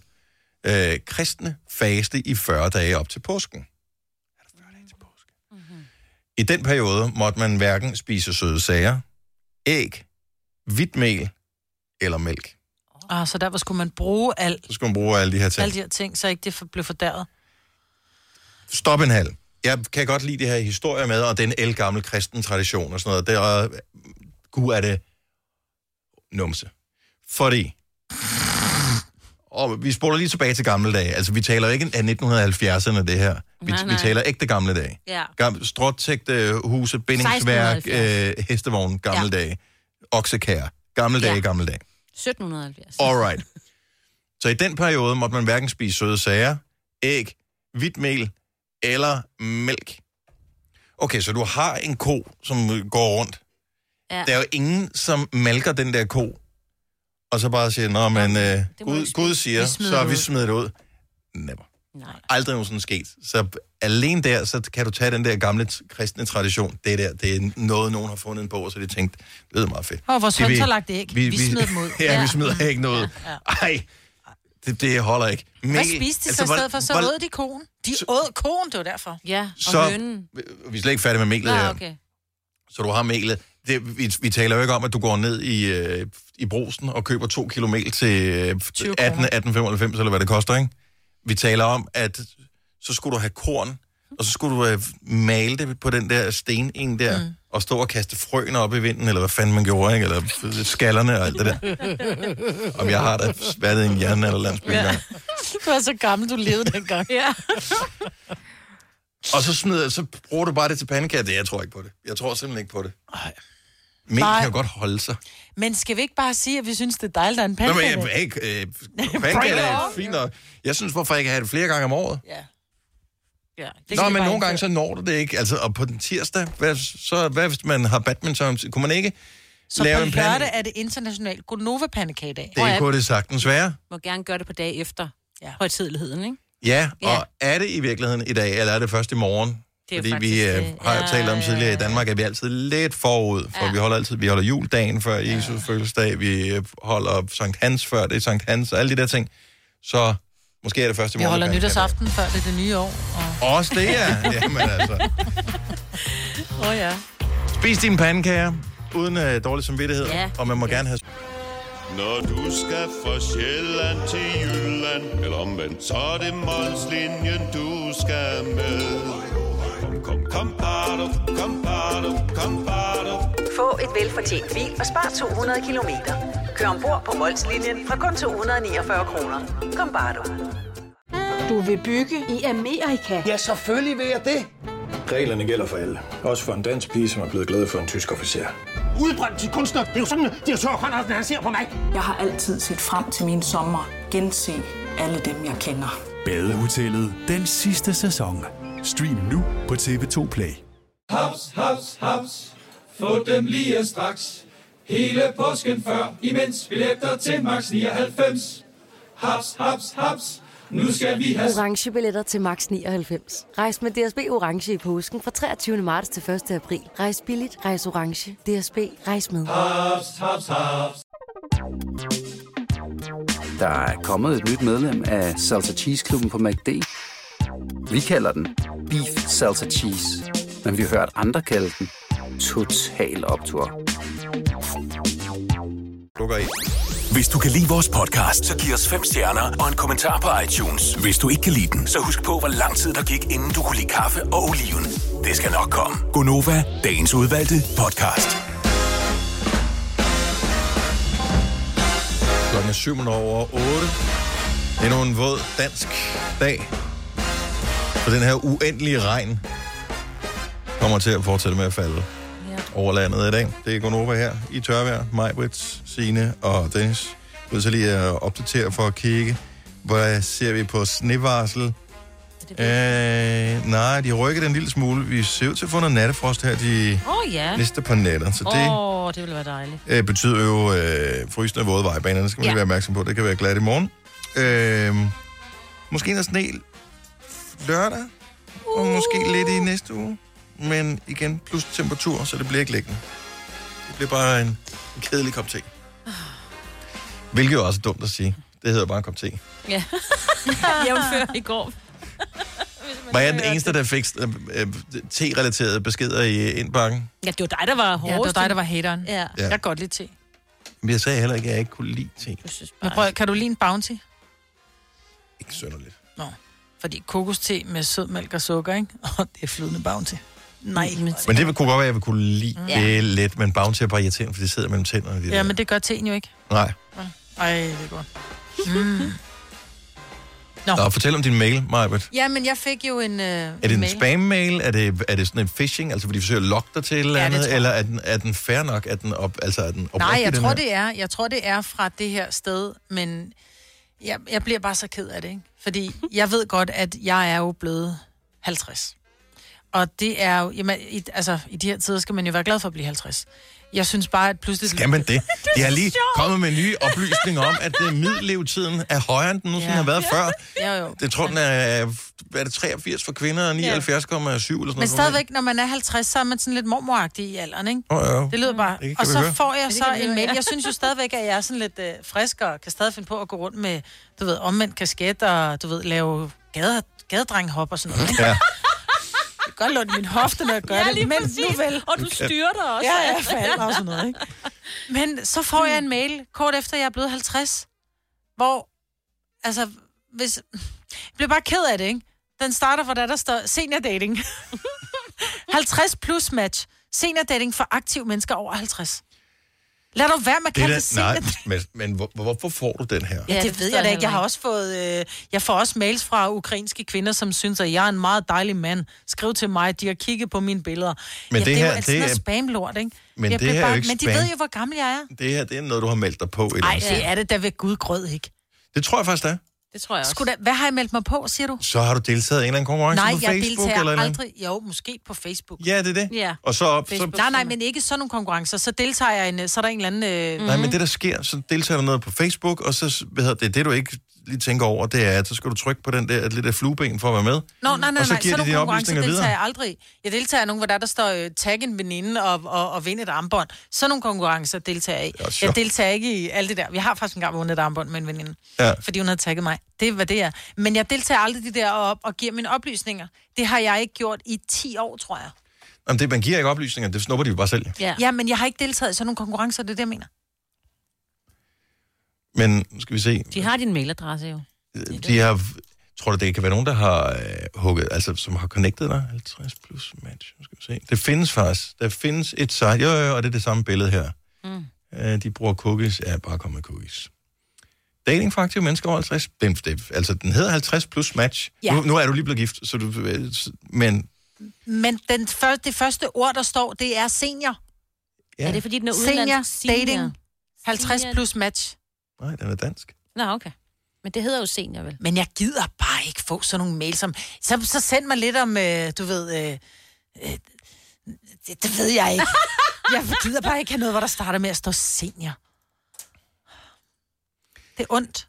Speaker 1: øh, kristne faste i 40 dage op til påsken. I den periode måtte man hverken spise søde sager, æg, hvidt mel eller mælk.
Speaker 3: Ah, så derfor skulle man bruge alt,
Speaker 1: Så skulle man bruge alle de her ting.
Speaker 3: alle de her ting, så ikke det for, blev fordæret.
Speaker 1: Stop en halv. Jeg kan godt lide det her historie med, og den elgamle kristen tradition og sådan noget. Det er, gud er det numse. Fordi, og vi spoler lige tilbage til gamle dage. Altså, vi taler ikke af 1970'erne, det her. Vi,
Speaker 2: Nej,
Speaker 1: vi
Speaker 2: nej.
Speaker 1: taler ægte gamle dage.
Speaker 2: Ja.
Speaker 1: Gam- Stråtægte huse, bindingsværk, øh, hestevogn, gamle
Speaker 2: Ja.
Speaker 1: dage. Oksekær, gamle dage,
Speaker 2: Ja.
Speaker 1: gamle dage.
Speaker 2: 1770.
Speaker 1: Alright. Så i den periode måtte man hverken spise søde sager, æg, hvidt mel eller mælk. Okay, så du har en ko, som øh, går rundt.
Speaker 2: Ja.
Speaker 1: Der er jo ingen, som malker den der ko, og så bare siger, nå, men øh,
Speaker 2: må vi
Speaker 1: Gud, Gud siger,
Speaker 2: Vi smider
Speaker 1: så
Speaker 2: det
Speaker 1: vi
Speaker 2: ud."
Speaker 1: smider det ud. Never. Nej. Aldrig nogensinde sket. Så alene der, så kan du tage den der gamle t- kristne tradition. Det der, det er noget, nogen har fundet en bog, så de tænkte, det lyder meget fedt.
Speaker 3: Åh, vores
Speaker 1: Det vil-
Speaker 3: håndtalagt æg. Vi smider dem ud.
Speaker 1: ja,
Speaker 3: Ja. Mm.
Speaker 1: vi smider ikke noget. Ja, ja. Ej, det, det holder ikke.
Speaker 3: Hvad spiste de altså, så i
Speaker 1: hvor-
Speaker 3: stedet for? Så
Speaker 1: hvor-
Speaker 3: åd de konen. De åd konen, det var derfor.
Speaker 2: Ja, Ah,
Speaker 1: så, Vi er slet ikke færdige med melet her.
Speaker 3: okay.
Speaker 1: Så du har melet. Det, vi, vi taler jo ikke om, at du går ned i, øh, i brosen og køber to kilo mel til øh, 18, 1895, eller hvad det koster, ikke? Vi taler om, at så skulle du have korn, og så skulle du øh, male det på den der sten en der, mm. og stå og kaste frøene op i vinden, eller hvad fanden man gjorde, ikke? Eller f- skallerne og alt det der. Om jeg har da været i en hjerne eller landsby ja.
Speaker 3: Du var så gammel, du levede dengang. ja.
Speaker 1: Og så, smider, så bruger du bare det til pandekager. Det, jeg tror ikke på det. Jeg tror simpelthen ikke på det. Nej. Mel
Speaker 3: Nej.
Speaker 1: kan jo godt holde sig.
Speaker 3: Men skal vi ikke bare sige, at vi synes, det er dejligt, at der er en
Speaker 1: Nå, men
Speaker 3: pandekage?
Speaker 1: jeg, ikke, øh, pandekager er fint nok. Jeg synes, hvorfor ikke have det flere gange om året?
Speaker 3: Ja,
Speaker 1: Nå, men nogle gange så når du det ikke. Altså, og på den tirsdag, hvad, så, hvad hvis man har badminton? Kunne man ikke
Speaker 3: Så
Speaker 1: lave
Speaker 3: på
Speaker 1: en pande?
Speaker 3: lørdag er det international Gonova-pandekagedag.
Speaker 1: Det kunne det sagtens være.
Speaker 2: Må gerne gøre det på dag efter ja. højtidligheden, ikke?
Speaker 1: Ja,
Speaker 2: Ja.
Speaker 1: og er det i virkeligheden i dag, eller er det først i morgen?
Speaker 2: Det er
Speaker 1: Fordi
Speaker 2: faktisk,
Speaker 1: vi øh,
Speaker 2: øh,
Speaker 1: har jo talt om tidligere i Danmark, at vi er altid lidt forud, for ja. vi holder altid vi holder juldagen før Jesus fødselsdag, vi øh, holder Sankt Hans før det er Sankt Hans, og alle de der ting. Så måske er det første
Speaker 3: Vi
Speaker 1: morgen.
Speaker 3: holder
Speaker 1: der kan-
Speaker 3: nytårsaften før det er det nye år.
Speaker 1: Også det, ja. Jamen altså.
Speaker 3: Åh oh, ja.
Speaker 1: Spis dine pandekager, uden øh, dårlig samvittighed,
Speaker 14: Ja.
Speaker 1: og man må gerne have...
Speaker 14: Når du skal fra Sjælland til Jylland, eller omvendt, så er det Molslinjen, du skal med. Kom, kom, kom, bado, kom, bado, kom, bado.
Speaker 15: Få et velfortjent bil og spar 200 kilometer. Kør ombord på Molslinjen fra kun 249 kroner. Kom bare du.
Speaker 16: Du vil bygge i Amerika? Ja, selvfølgelig vil jeg det.
Speaker 17: Reglerne gælder for alle. Også for en dansk pige, som er blevet glad for en tysk officer.
Speaker 18: Udbrøndt til kunstner. Det er jo sådan, at de har tørt, han ser på mig. Jeg har altid set frem til min sommer. Gense alle dem, jeg kender.
Speaker 19: Badehotellet den sidste sæson. Stream nu på TV2 Play.
Speaker 20: Haps, haps, haps. Få dem lige straks. Hele påsken før, imens billetter til max 99. Haps, haps, haps. Nu skal vi have
Speaker 24: Orange billetter til max 99. Rejs med DSB Orange i påsken fra 23. marts til 1. april. Rejs billigt, rejs orange. DSB, rejs med.
Speaker 20: haps, haps, haps.
Speaker 25: Der er kommet et nyt medlem af Salsa Cheese Klubben på MACD. Vi kalder den Beef Salsa Cheese, men vi har hørt andre kalde den Total Optor.
Speaker 1: Lukker i.
Speaker 21: Hvis du kan lide vores podcast, så giv os fem stjerner og en kommentar på iTunes. Hvis du ikke kan lide den, så husk på, hvor lang tid der gik, inden du kunne lide kaffe og oliven. Det skal nok komme. Gonova, dagens udvalgte podcast.
Speaker 1: Klokken er syv minutter over 8. Endnu en våd dansk dag. For den her uendelige regn kommer til at fortsætte med at falde ja. over landet i dag. Det er Gonova her i tørvejr. Majbrits, Sine og Dennis. Jeg vil så lige at opdatere for at kigge. Hvad ser vi på snevarsel? Øh, nej, de rykker den en lille smule. Vi ser ud til at få noget nattefrost her de
Speaker 2: Åh, oh, ja.
Speaker 1: næste par nætter. Så det,
Speaker 2: Åh, oh, det ville være dejligt.
Speaker 1: øh, betyder jo øh, frysende våde vejbaner. Det skal man
Speaker 2: Ja.
Speaker 1: lige være opmærksom på. Det kan være glat i morgen. Øh, måske noget sne lørdag, uh. og måske lidt i næste uge. Men igen, plus temperatur, så det bliver ikke liggende. Det bliver bare en, en kedelig kop te. Hvilket jo også er dumt at sige. Det hedder bare en kop te.
Speaker 2: Ja. Jævnfør i går.
Speaker 1: Var jeg den eneste, der fik øh, øh, te-relaterede beskeder i indbakken?
Speaker 2: Ja, det var dig, der var hårdest.
Speaker 3: Ja, det var dig, der var hateren.
Speaker 2: Ja.
Speaker 1: Ja.
Speaker 3: Jeg kan godt lide te.
Speaker 1: Men jeg sagde heller ikke, at jeg ikke kunne lide te.
Speaker 3: Men prøv, kan du lide en bounty?
Speaker 1: Ikke synderligt.
Speaker 3: Nå. Fordi kokoste med sødmælk og sukker, ikke? Og det er flydende bounty. Nej.
Speaker 1: Men det kunne godt være, at jeg ville kunne lide
Speaker 3: Ja.
Speaker 1: ja. det lidt, men bounty er bare irriterende, for det sidder mellem tænderne. Det
Speaker 3: Ja,
Speaker 1: der.
Speaker 3: men det gør teen jo ikke.
Speaker 1: Nej.
Speaker 3: Ej, det er godt. Mm. Nå.
Speaker 1: Nå, fortæl om din mail, Majbert.
Speaker 3: Ja, men jeg fik jo en øh, Er
Speaker 1: Er det en spam-mail? Er det, er det sådan en phishing, altså hvor de forsøger at lokke dig til et eller
Speaker 3: Ja, det
Speaker 1: andet?
Speaker 3: tror jeg.
Speaker 1: Eller er den, er den fair nok? Er den op, altså er den
Speaker 3: Nej,
Speaker 1: oprigtig,
Speaker 3: jeg
Speaker 1: den
Speaker 3: tror,
Speaker 1: her?
Speaker 3: det er. Jeg tror, det er fra det her sted, men jeg, jeg bliver bare så ked af det, ikke? Fordi jeg ved godt, at jeg er jo blevet 50. Og det er jo... Jamen, i, altså, i de her tider skal man jo være glad for at blive 50. Jeg synes bare, at pludselig...
Speaker 1: Skal man det? De har lige kommet med nye oplysninger om, at øh, middellevetiden er højere, end den nogensinde
Speaker 3: Ja.
Speaker 1: har været før.
Speaker 3: Ja, jo.
Speaker 1: Jeg tror, den er, øh, er det 83 for kvinder og 79,7 eller sådan noget.
Speaker 3: Men stadigvæk, når man er 50, så er man sådan lidt mormoragtig i alderen, ikke?
Speaker 1: Åh, ja.
Speaker 3: Det lyder bare.
Speaker 1: Det kan
Speaker 3: og
Speaker 1: vi
Speaker 3: så
Speaker 1: høre.
Speaker 3: får jeg
Speaker 2: Det
Speaker 3: så
Speaker 2: kan vi
Speaker 3: en
Speaker 2: høre,
Speaker 3: mail.
Speaker 2: ja.
Speaker 3: Jeg synes jo stadigvæk, at jeg er sådan lidt øh, frisk og kan stadig finde på at gå rundt med, du ved, omvendt kasket og, du ved, lave gade, gadedrenghop og sådan noget. ikke?
Speaker 1: Ja.
Speaker 3: Jeg kan godt låne min hofte, når jeg gør
Speaker 2: Ja, lige
Speaker 3: det, men
Speaker 2: præcis.
Speaker 3: nu vel.
Speaker 2: Og du styrter også.
Speaker 3: Ja, jeg falder og sådan noget, ikke? Men så får jeg en mail kort efter, jeg er blevet 50, hvor, altså, hvis... Jeg bliver bare ked af det, ikke? Den starter fra der, der står senior dating. 50 plus match. Senior dating for aktive mennesker over 50. Lad dog være med at
Speaker 1: Det
Speaker 3: kalde
Speaker 1: er
Speaker 3: det
Speaker 1: da,
Speaker 3: senior
Speaker 1: nej, men, men hvor, hvorfor får du den her?
Speaker 3: Ja, det, det ved jeg da ikke. Jeg har også fået, øh, jeg får også mails fra ukrainske kvinder, som synes, at jeg er en meget dejlig mand. Skriv til mig, de har kigget på mine billeder.
Speaker 1: Men det
Speaker 3: ja,
Speaker 1: her,
Speaker 3: det er jo altid
Speaker 1: det
Speaker 3: noget
Speaker 1: er-
Speaker 3: spamlort, ikke?
Speaker 1: Men
Speaker 3: Jeg
Speaker 1: det
Speaker 3: blev
Speaker 1: her er jo ikke
Speaker 3: Men de
Speaker 1: spam. Altså.
Speaker 3: ved jo, hvor gammel jeg er.
Speaker 1: Det her, det er noget, du har meldt dig på. et Eller
Speaker 3: Nej,
Speaker 1: andet sted.
Speaker 3: det er det da ved Gud grød, ikke?
Speaker 1: Det tror jeg faktisk, det er.
Speaker 2: Det tror jeg også.
Speaker 3: Skulle da, hvad har jeg meldt mig på, siger du?
Speaker 1: Så har du deltaget i en eller anden konkurrence
Speaker 3: Nej,
Speaker 1: på
Speaker 3: jeg
Speaker 1: Facebook?
Speaker 3: deltager
Speaker 1: eller et eller andet?
Speaker 3: aldrig. Jo, måske på Facebook.
Speaker 1: Ja, det er det.
Speaker 3: Ja.
Speaker 1: Og så op, så,
Speaker 3: Nej, nej, men ikke sådan nogle konkurrencer. Så deltager jeg i en, øh, så er der en eller anden... Øh...
Speaker 1: Nej, men det der sker, så deltager du noget på Facebook, og så, hvad hedder det, det du ikke lige tænker over, det er, at så skal du trykke på den der lille flueben for at være med.
Speaker 3: Nå, nej, nej,
Speaker 1: og så
Speaker 3: nej,
Speaker 1: giver
Speaker 3: sådan
Speaker 1: de
Speaker 3: nogle
Speaker 1: dine
Speaker 3: konkurrencer
Speaker 1: oplysninger
Speaker 3: deltager
Speaker 1: videre.
Speaker 3: jeg aldrig. Jeg deltager i nogle, hvor der, der står øh, tag en veninde og, og, og vinde et armbånd. Sådan nogle konkurrencer deltager jeg i.
Speaker 1: Ja, sure.
Speaker 3: Jeg deltager ikke i alt det der. Vi har faktisk engang vundet et armbånd med en veninde,
Speaker 1: Ja.
Speaker 3: fordi hun havde tagget mig. Det er, hvad det er. Men jeg deltager aldrig i det der op og giver mine oplysninger. Det har jeg ikke gjort i 10 år, tror jeg.
Speaker 1: Jamen, det, man giver ikke oplysninger, det snupper de jo bare selv.
Speaker 3: Ja, ja men jeg har ikke deltaget i sådan nogle konkurrencer, det er det, jeg mener.
Speaker 1: Men nu skal vi se,
Speaker 2: De har din mailadresse jo.
Speaker 1: de har... Tror du, det kan være nogen, der har øh, hugget, altså som har connectet dig? 50 plus match, nu skal vi se. Det findes faktisk. Der findes et site, jo, jo, jo, og det er det samme billede her.
Speaker 2: Mm.
Speaker 1: Øh, de bruger cookies. Ja, bare kom med cookies. Dating for aktive mennesker over 50. Den, det, altså, den hedder 50 plus match.
Speaker 3: Ja.
Speaker 1: Ja. Nu, nu er du lige blevet gift, så du... øh, s- Men...
Speaker 3: Men den første, det første ord, der står, det er senior.
Speaker 1: Ja. Er det,
Speaker 2: fordi den er
Speaker 3: Senior
Speaker 2: udenlandsk? Senior.
Speaker 3: dating. 50
Speaker 2: Senior.
Speaker 3: plus match.
Speaker 1: Nej, den er dansk.
Speaker 2: Nå, okay. Men det hedder jo senior, vel?
Speaker 3: Men jeg gider bare ikke få sådan nogle mails som... Så, så send mig lidt om, øh, du ved... Øh, øh, det, det ved jeg ikke. Jeg gider bare ikke have noget, hvor der starter med at stå senior. Det er ondt.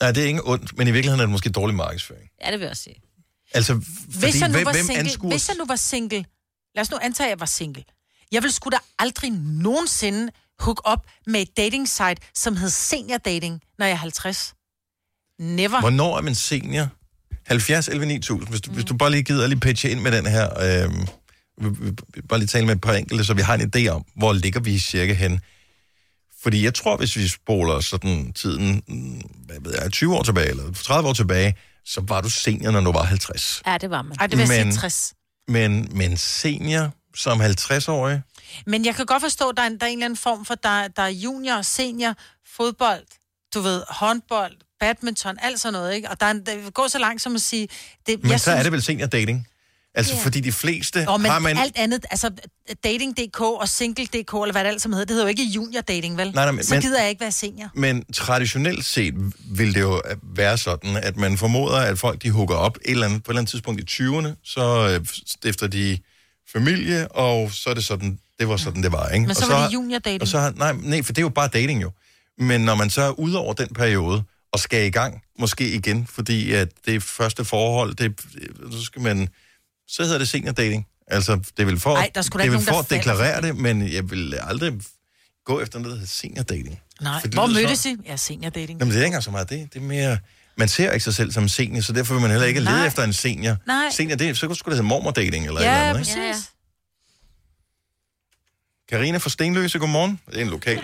Speaker 1: Nej, det er ikke ondt, men i virkeligheden er det måske dårlig markedsføring.
Speaker 2: Ja, det vil jeg også sige.
Speaker 1: Altså, fordi,
Speaker 3: Hvis jeg, nu
Speaker 1: hvem,
Speaker 3: var
Speaker 1: hvem
Speaker 3: single,
Speaker 1: anskuer...
Speaker 3: hvis jeg nu var single... Lad os nu antage, at jeg var single. Jeg ville sgu da aldrig nogensinde hook op med et dating site, som hed Senior Dating, når jeg er 50. Never.
Speaker 1: Hvornår er man senior? 70 11 9000. Hvis du, mm. hvis du bare lige gider lige pitche ind med den her, øh, vi- vi- bare lige tale med et par enkelte, så vi har en idé om, hvor ligger vi cirka hen. Fordi jeg tror, hvis vi spoler sådan tiden, mm, hvad ved jeg, 20 år tilbage, eller 30 år tilbage, så var du senior, når du var 50.
Speaker 2: Ja, det var man.
Speaker 3: Ej, det vil jeg
Speaker 1: Men-
Speaker 3: sige 60.
Speaker 1: Men, men senior som 50-årig,
Speaker 3: Men jeg kan godt forstå, at der er en, der er en eller anden form for, der, der er junior, senior, fodbold, du ved, håndbold, badminton, alt sådan noget, ikke? Og der, er en, der går så langt som at sige... Det,
Speaker 1: men så synes... er det vel senior dating? Altså,
Speaker 3: Ja.
Speaker 1: yeah. fordi de fleste
Speaker 3: Og men
Speaker 1: har man...
Speaker 3: alt andet, altså dating.dk og single.dk, eller hvad det alt sammen hedder, det hedder jo ikke junior dating, vel?
Speaker 1: Nej, nej, men-
Speaker 3: så
Speaker 1: men-
Speaker 3: gider jeg ikke være senior.
Speaker 1: Men traditionelt set vil det jo være sådan, at man formoder, at folk de hugger op et eller andet, på et eller andet tidspunkt i 20'erne, så øh, stifter de familie, og så er det sådan, det var sådan, det var, ikke?
Speaker 3: Men så
Speaker 1: og
Speaker 3: var det junior dating.
Speaker 1: Og så, har- nej, nej, for det er jo bare dating jo. Men når man så er ude over den periode, og skal i gang, måske igen, fordi at det første forhold, det, så skal man, så hedder det senior dating. Altså, det vil for,
Speaker 3: Ej, der er sgu da
Speaker 1: det
Speaker 3: ikke
Speaker 1: vil
Speaker 3: nogen, der
Speaker 1: for at
Speaker 3: falder for
Speaker 1: deklarere det, men jeg vil aldrig gå efter noget, der hedder senior dating.
Speaker 3: Nej,
Speaker 1: For det
Speaker 3: hvor
Speaker 1: lyder så-
Speaker 3: mødtes I? Ja, senior dating.
Speaker 1: Jamen, det er ikke engang så meget det. Det er mere... Man ser ikke sig selv som senior, så derfor vil man heller ikke Nej. lede
Speaker 3: Nej.
Speaker 1: efter en senior.
Speaker 3: Nej.
Speaker 1: Senior, det, så skulle det hedde mormordating eller et eller
Speaker 3: ja,
Speaker 1: andet,
Speaker 3: præcis.
Speaker 1: ikke?
Speaker 3: Ja, ja.
Speaker 1: Karina fra Stenløse, godmorgen. Det er en lokal.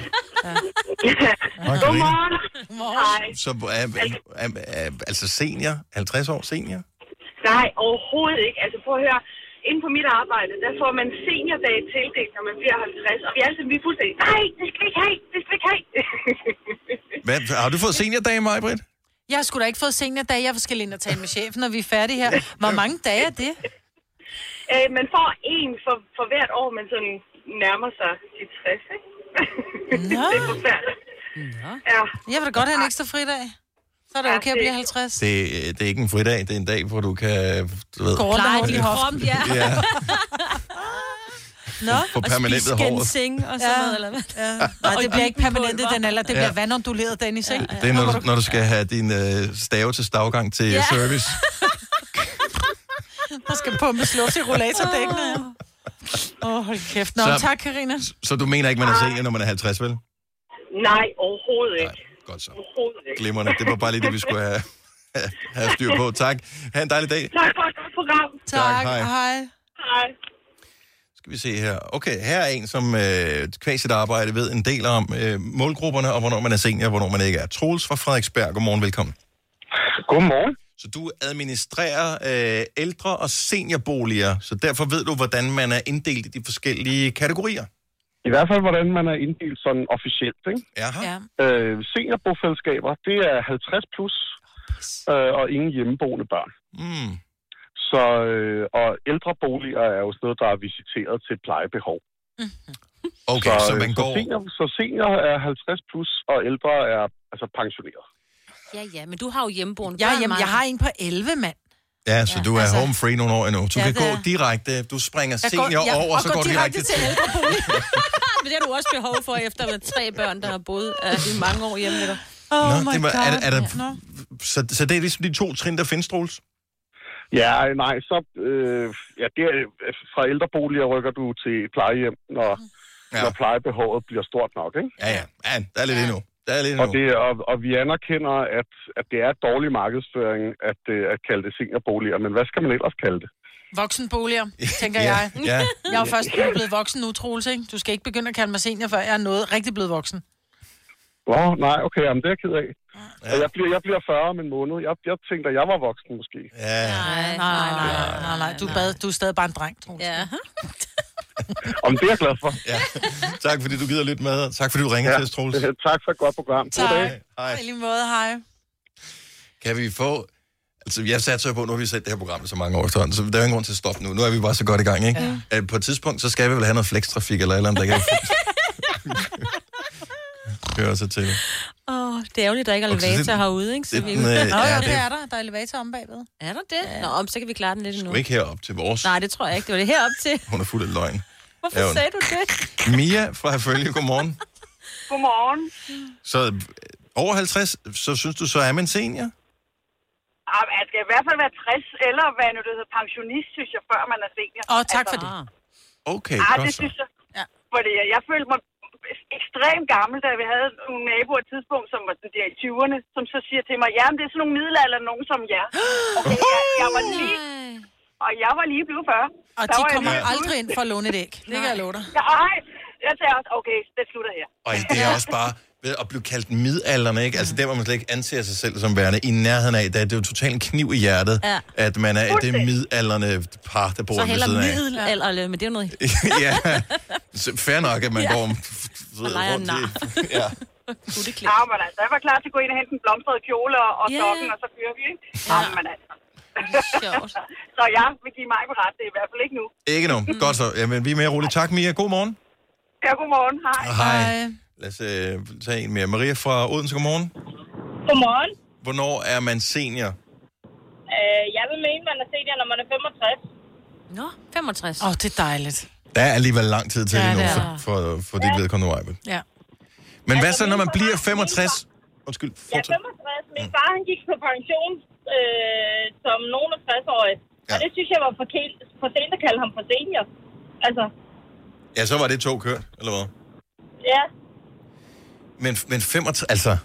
Speaker 1: Hej, Karina.
Speaker 23: Godmorgen. Hej.
Speaker 1: Så er, er, er, er, altså senior, 50 år senior?
Speaker 23: Nej, overhovedet ikke. Altså prøv at høre, inden på mit arbejde, der får man seniordag tildelt, når man bliver 50. Og vi er altid vi er fuldstændig, nej, det skal vi ikke have, det skal vi ikke have.
Speaker 1: Hvad, har du fået seniordag, Maj, Britt?
Speaker 3: Jeg skulle da ikke fået senior dag. Jeg skal lige ind og tale med chefen, når vi er færdige her. Hvor mange dage er det?
Speaker 23: øh, man får en for, for hvert år, man sådan nærmer sig de 60, ikke?
Speaker 3: Nå.
Speaker 23: det er forfærdeligt. Ja.
Speaker 3: Jeg vil da godt have en ekstra fridag. Så er det okay at blive 50.
Speaker 1: Det, det er ikke en fridag, det er en dag, hvor du kan... Du ved,
Speaker 3: Gå rundt og
Speaker 1: Pleje
Speaker 3: holde
Speaker 1: din
Speaker 3: hoften.
Speaker 1: hofte. Ja.
Speaker 3: Nå,
Speaker 1: Få permanentet håret.
Speaker 2: ginseng og sådan noget, eller hvad?
Speaker 3: Ja. Nej, det bliver ikke permanent i den alder. Det
Speaker 1: Ja.
Speaker 3: bliver ja. vandonduleret, Dennis, ikke?
Speaker 1: Det er, når du, når du skal have din øh, stave til stavgang til
Speaker 3: Ja.
Speaker 1: ja. service.
Speaker 3: Der skal pumpes luft i rollatordækkene. ja. Åh, oh, hold kæft. Nå,
Speaker 1: Så-
Speaker 3: tak, Karina.
Speaker 1: Så du mener ikke, man er
Speaker 3: Ah.
Speaker 1: senior, når man er 50, vel?
Speaker 23: Nej, overhovedet ikke.
Speaker 1: Nej, godt så.
Speaker 23: Overhovedet ikke.
Speaker 1: Glimrende. Det var bare lige det, vi skulle have, have styr på. Tak. Ha' en dejlig dag.
Speaker 23: Tak for et godt program.
Speaker 1: Tak, hej.
Speaker 3: Hej.
Speaker 23: Hej.
Speaker 1: Skal vi se her. Okay, her er en, som øh, kvæs sit arbejde ved en del om øh, målgrupperne, og hvornår man er senior, og hvornår man ikke er. Troels fra Frederiksberg. Godmorgen, velkommen.
Speaker 4: Godmorgen.
Speaker 1: Så du administrerer øh, ældre- og seniorboliger, så derfor ved du, hvordan man er inddelt i de forskellige kategorier.
Speaker 4: I hvert fald, hvordan man er inddelt sådan officielt. Ikke?
Speaker 1: Jaha.
Speaker 3: Ja.
Speaker 4: Øh, seniorbofællesskaber, det er 50 plus, øh, og ingen hjemmeboende børn.
Speaker 1: Mm.
Speaker 4: Så, øh, og ældreboliger er jo sådan noget, der er visiteret til plejebehov.
Speaker 1: Okay, så, så
Speaker 4: øh,
Speaker 1: man går...
Speaker 4: så, senior, så senior er 50 plus, og ældre er altså pensioneret.
Speaker 2: Ja, ja, men du har jo hjemmeboende
Speaker 3: Jeg,
Speaker 2: børn,
Speaker 3: jamen,
Speaker 2: Maja.
Speaker 3: jeg har en på 11, mand.
Speaker 1: Ja, så ja, du er altså, home free nogle år endnu. Du
Speaker 3: Ja,
Speaker 1: ja, kan
Speaker 3: det
Speaker 1: gå
Speaker 3: er-
Speaker 1: direkte, du springer senior
Speaker 3: ja,
Speaker 1: over, og så går, direkte, direkte til...
Speaker 2: ældrebolig. men det har du også behov for, efter at tre børn, der har boet uh, i mange år hjemme med dig.
Speaker 1: Nå, det må- er der- er der-
Speaker 3: Oh Nå.
Speaker 1: Så, så det er ligesom de to trin, der findes, Troels?
Speaker 4: Ja, nej, så øh, ja, det er, fra ældreboliger rykker du til plejehjem, når, ja. når plejebehovet bliver stort nok. Ikke?
Speaker 1: Ja, ja. ja der er lidt ja. endnu. Der er lidt
Speaker 4: Og,
Speaker 1: endnu.
Speaker 4: det, og, og vi anerkender, at, at det er dårlig markedsføring at, øh, at kalde det seniorboliger, men hvad skal man ellers kalde det?
Speaker 3: Voksenboliger, tænker
Speaker 4: Ja,
Speaker 3: jeg.
Speaker 4: ja.
Speaker 3: Jeg er jo først blevet voksen nu, Troels, ikke? Du skal ikke begynde at kalde mig senior, før jeg er noget rigtig blevet voksen.
Speaker 4: Åh, oh, nej, okay, jamen, det er jeg ked af. Ja. Jeg, bliver, jeg bliver 40 om en måned. Jeg, jeg tænkte, at jeg var voksen måske.
Speaker 1: Ja.
Speaker 3: Nej, nej, nej, nej, nej. Du, er bad, du er stadig bare en dreng, Troels. Ja.
Speaker 4: Om det er jeg glad for.
Speaker 1: Ja. tak fordi du gider lytte med, og tak fordi du ringer ja. til os, Troels.
Speaker 4: tak for et godt program.
Speaker 3: Tak.
Speaker 1: Hej.
Speaker 3: I lige måde, hej.
Speaker 1: Kan vi få... Altså, jeg satte sig på, nu har vi set det her program i så mange år efterhånden, så der er jo ingen grund til at stoppe nu. Nu er vi bare så godt i gang, ikke? Ja. På et tidspunkt, så skal vi vel have noget flextrafik eller et eller andet, der kan køre sig til.
Speaker 2: Åh, oh, det er ærgerligt, der ikke er
Speaker 1: Okay, så det-
Speaker 2: elevator herude, ikke? Så
Speaker 1: det-
Speaker 2: vi...
Speaker 1: nej,
Speaker 3: Nå, ja,
Speaker 1: ja,
Speaker 3: det
Speaker 1: det-
Speaker 3: er der. Der er elevator om bagved.
Speaker 2: Er der det? Nå, om, så kan vi klare den lidt endnu.
Speaker 1: Du er ikke herop til vores.
Speaker 2: Nej, det tror jeg ikke. Det var det herop til.
Speaker 1: Hun er fuld af løgn.
Speaker 2: Hvorfor
Speaker 1: Ja, hun-
Speaker 2: sagde du det?
Speaker 1: Mia fra Herfølge, godmorgen.
Speaker 23: Godmorgen.
Speaker 1: Så øh, over 50, så synes du, så er man senior?
Speaker 23: Ah, Man skal i hvert fald være 60, eller hvad nu det hedder, pensionist, synes jeg, før man er senior.
Speaker 3: Åh, tak for det.
Speaker 1: Okay,
Speaker 23: Ah,
Speaker 1: godt
Speaker 23: det
Speaker 1: så.
Speaker 23: synes jeg. Ja. Fordi jeg, jeg følte mig ekstremt gammel, da vi havde nogle naboer et tidspunkt, som var sådan der i 20'erne, som så siger til mig, jamen det er sådan nogle middelalder nogen som jer. Okay, jeg, jeg var lige, og jeg var lige blevet 40.
Speaker 3: Og
Speaker 23: Der
Speaker 3: de
Speaker 23: var jeg
Speaker 3: kommer
Speaker 23: lige-
Speaker 3: aldrig ind for at låne et æg. Det kan jeg love dig.
Speaker 23: Nej, jeg sagde også, okay, det slutter her.
Speaker 1: Og det er også bare ved at blive kaldt midalderne, ikke? Altså der, hvor man slet ikke anser sig selv som værende i nærheden af, der er det jo totalt en kniv i hjertet,
Speaker 2: Ja.
Speaker 1: at man er det
Speaker 2: Fuldstændig.
Speaker 1: midalderne par, der bor
Speaker 2: Så
Speaker 1: ved
Speaker 2: heller
Speaker 1: siden af.
Speaker 2: middelalder, men det er jo noget...
Speaker 1: ja, så fair nok, at man går ved,
Speaker 23: leger
Speaker 1: rundt
Speaker 23: nar.
Speaker 1: i... Ja.
Speaker 23: Ja, men altså, jeg var klar til at gå ind og hente en blomstret kjole og, og sokken, og så kører vi, ikke? Ja. Jamen, altså. så jeg vil give mig på ret, det er i hvert fald ikke nu.
Speaker 1: Ikke nu. Godt så. Jamen, vi er mere roligt. Tak, Mia. God morgen.
Speaker 23: Ja, godmorgen. Hej.
Speaker 1: Hej. Lad os øh, tage en mere. Maria fra Odense, godmorgen.
Speaker 12: Godmorgen.
Speaker 1: Hvornår er man senior?
Speaker 12: Øh, jeg vil mene, man er senior, når man er 65.
Speaker 2: Nå, 65.
Speaker 3: Åh, oh, det er dejligt.
Speaker 1: Der er alligevel lang tid til
Speaker 3: Ja,
Speaker 1: ja, endnu,
Speaker 3: det er
Speaker 1: for, for, for dit vedkommende vej.
Speaker 3: Ja.
Speaker 1: Men hvad så, når man bliver 65? Undskyld,
Speaker 12: Jeg
Speaker 1: fortsæt.
Speaker 12: er 65. Min far, han gik på pension øh, som nogen af 60-årig. Ja. Og det synes jeg var for, kæl- for sent at kalde ham for senior. Altså,
Speaker 1: Ja, så var det to kørt, eller hvad?
Speaker 12: ja.
Speaker 1: Men, men 65, altså,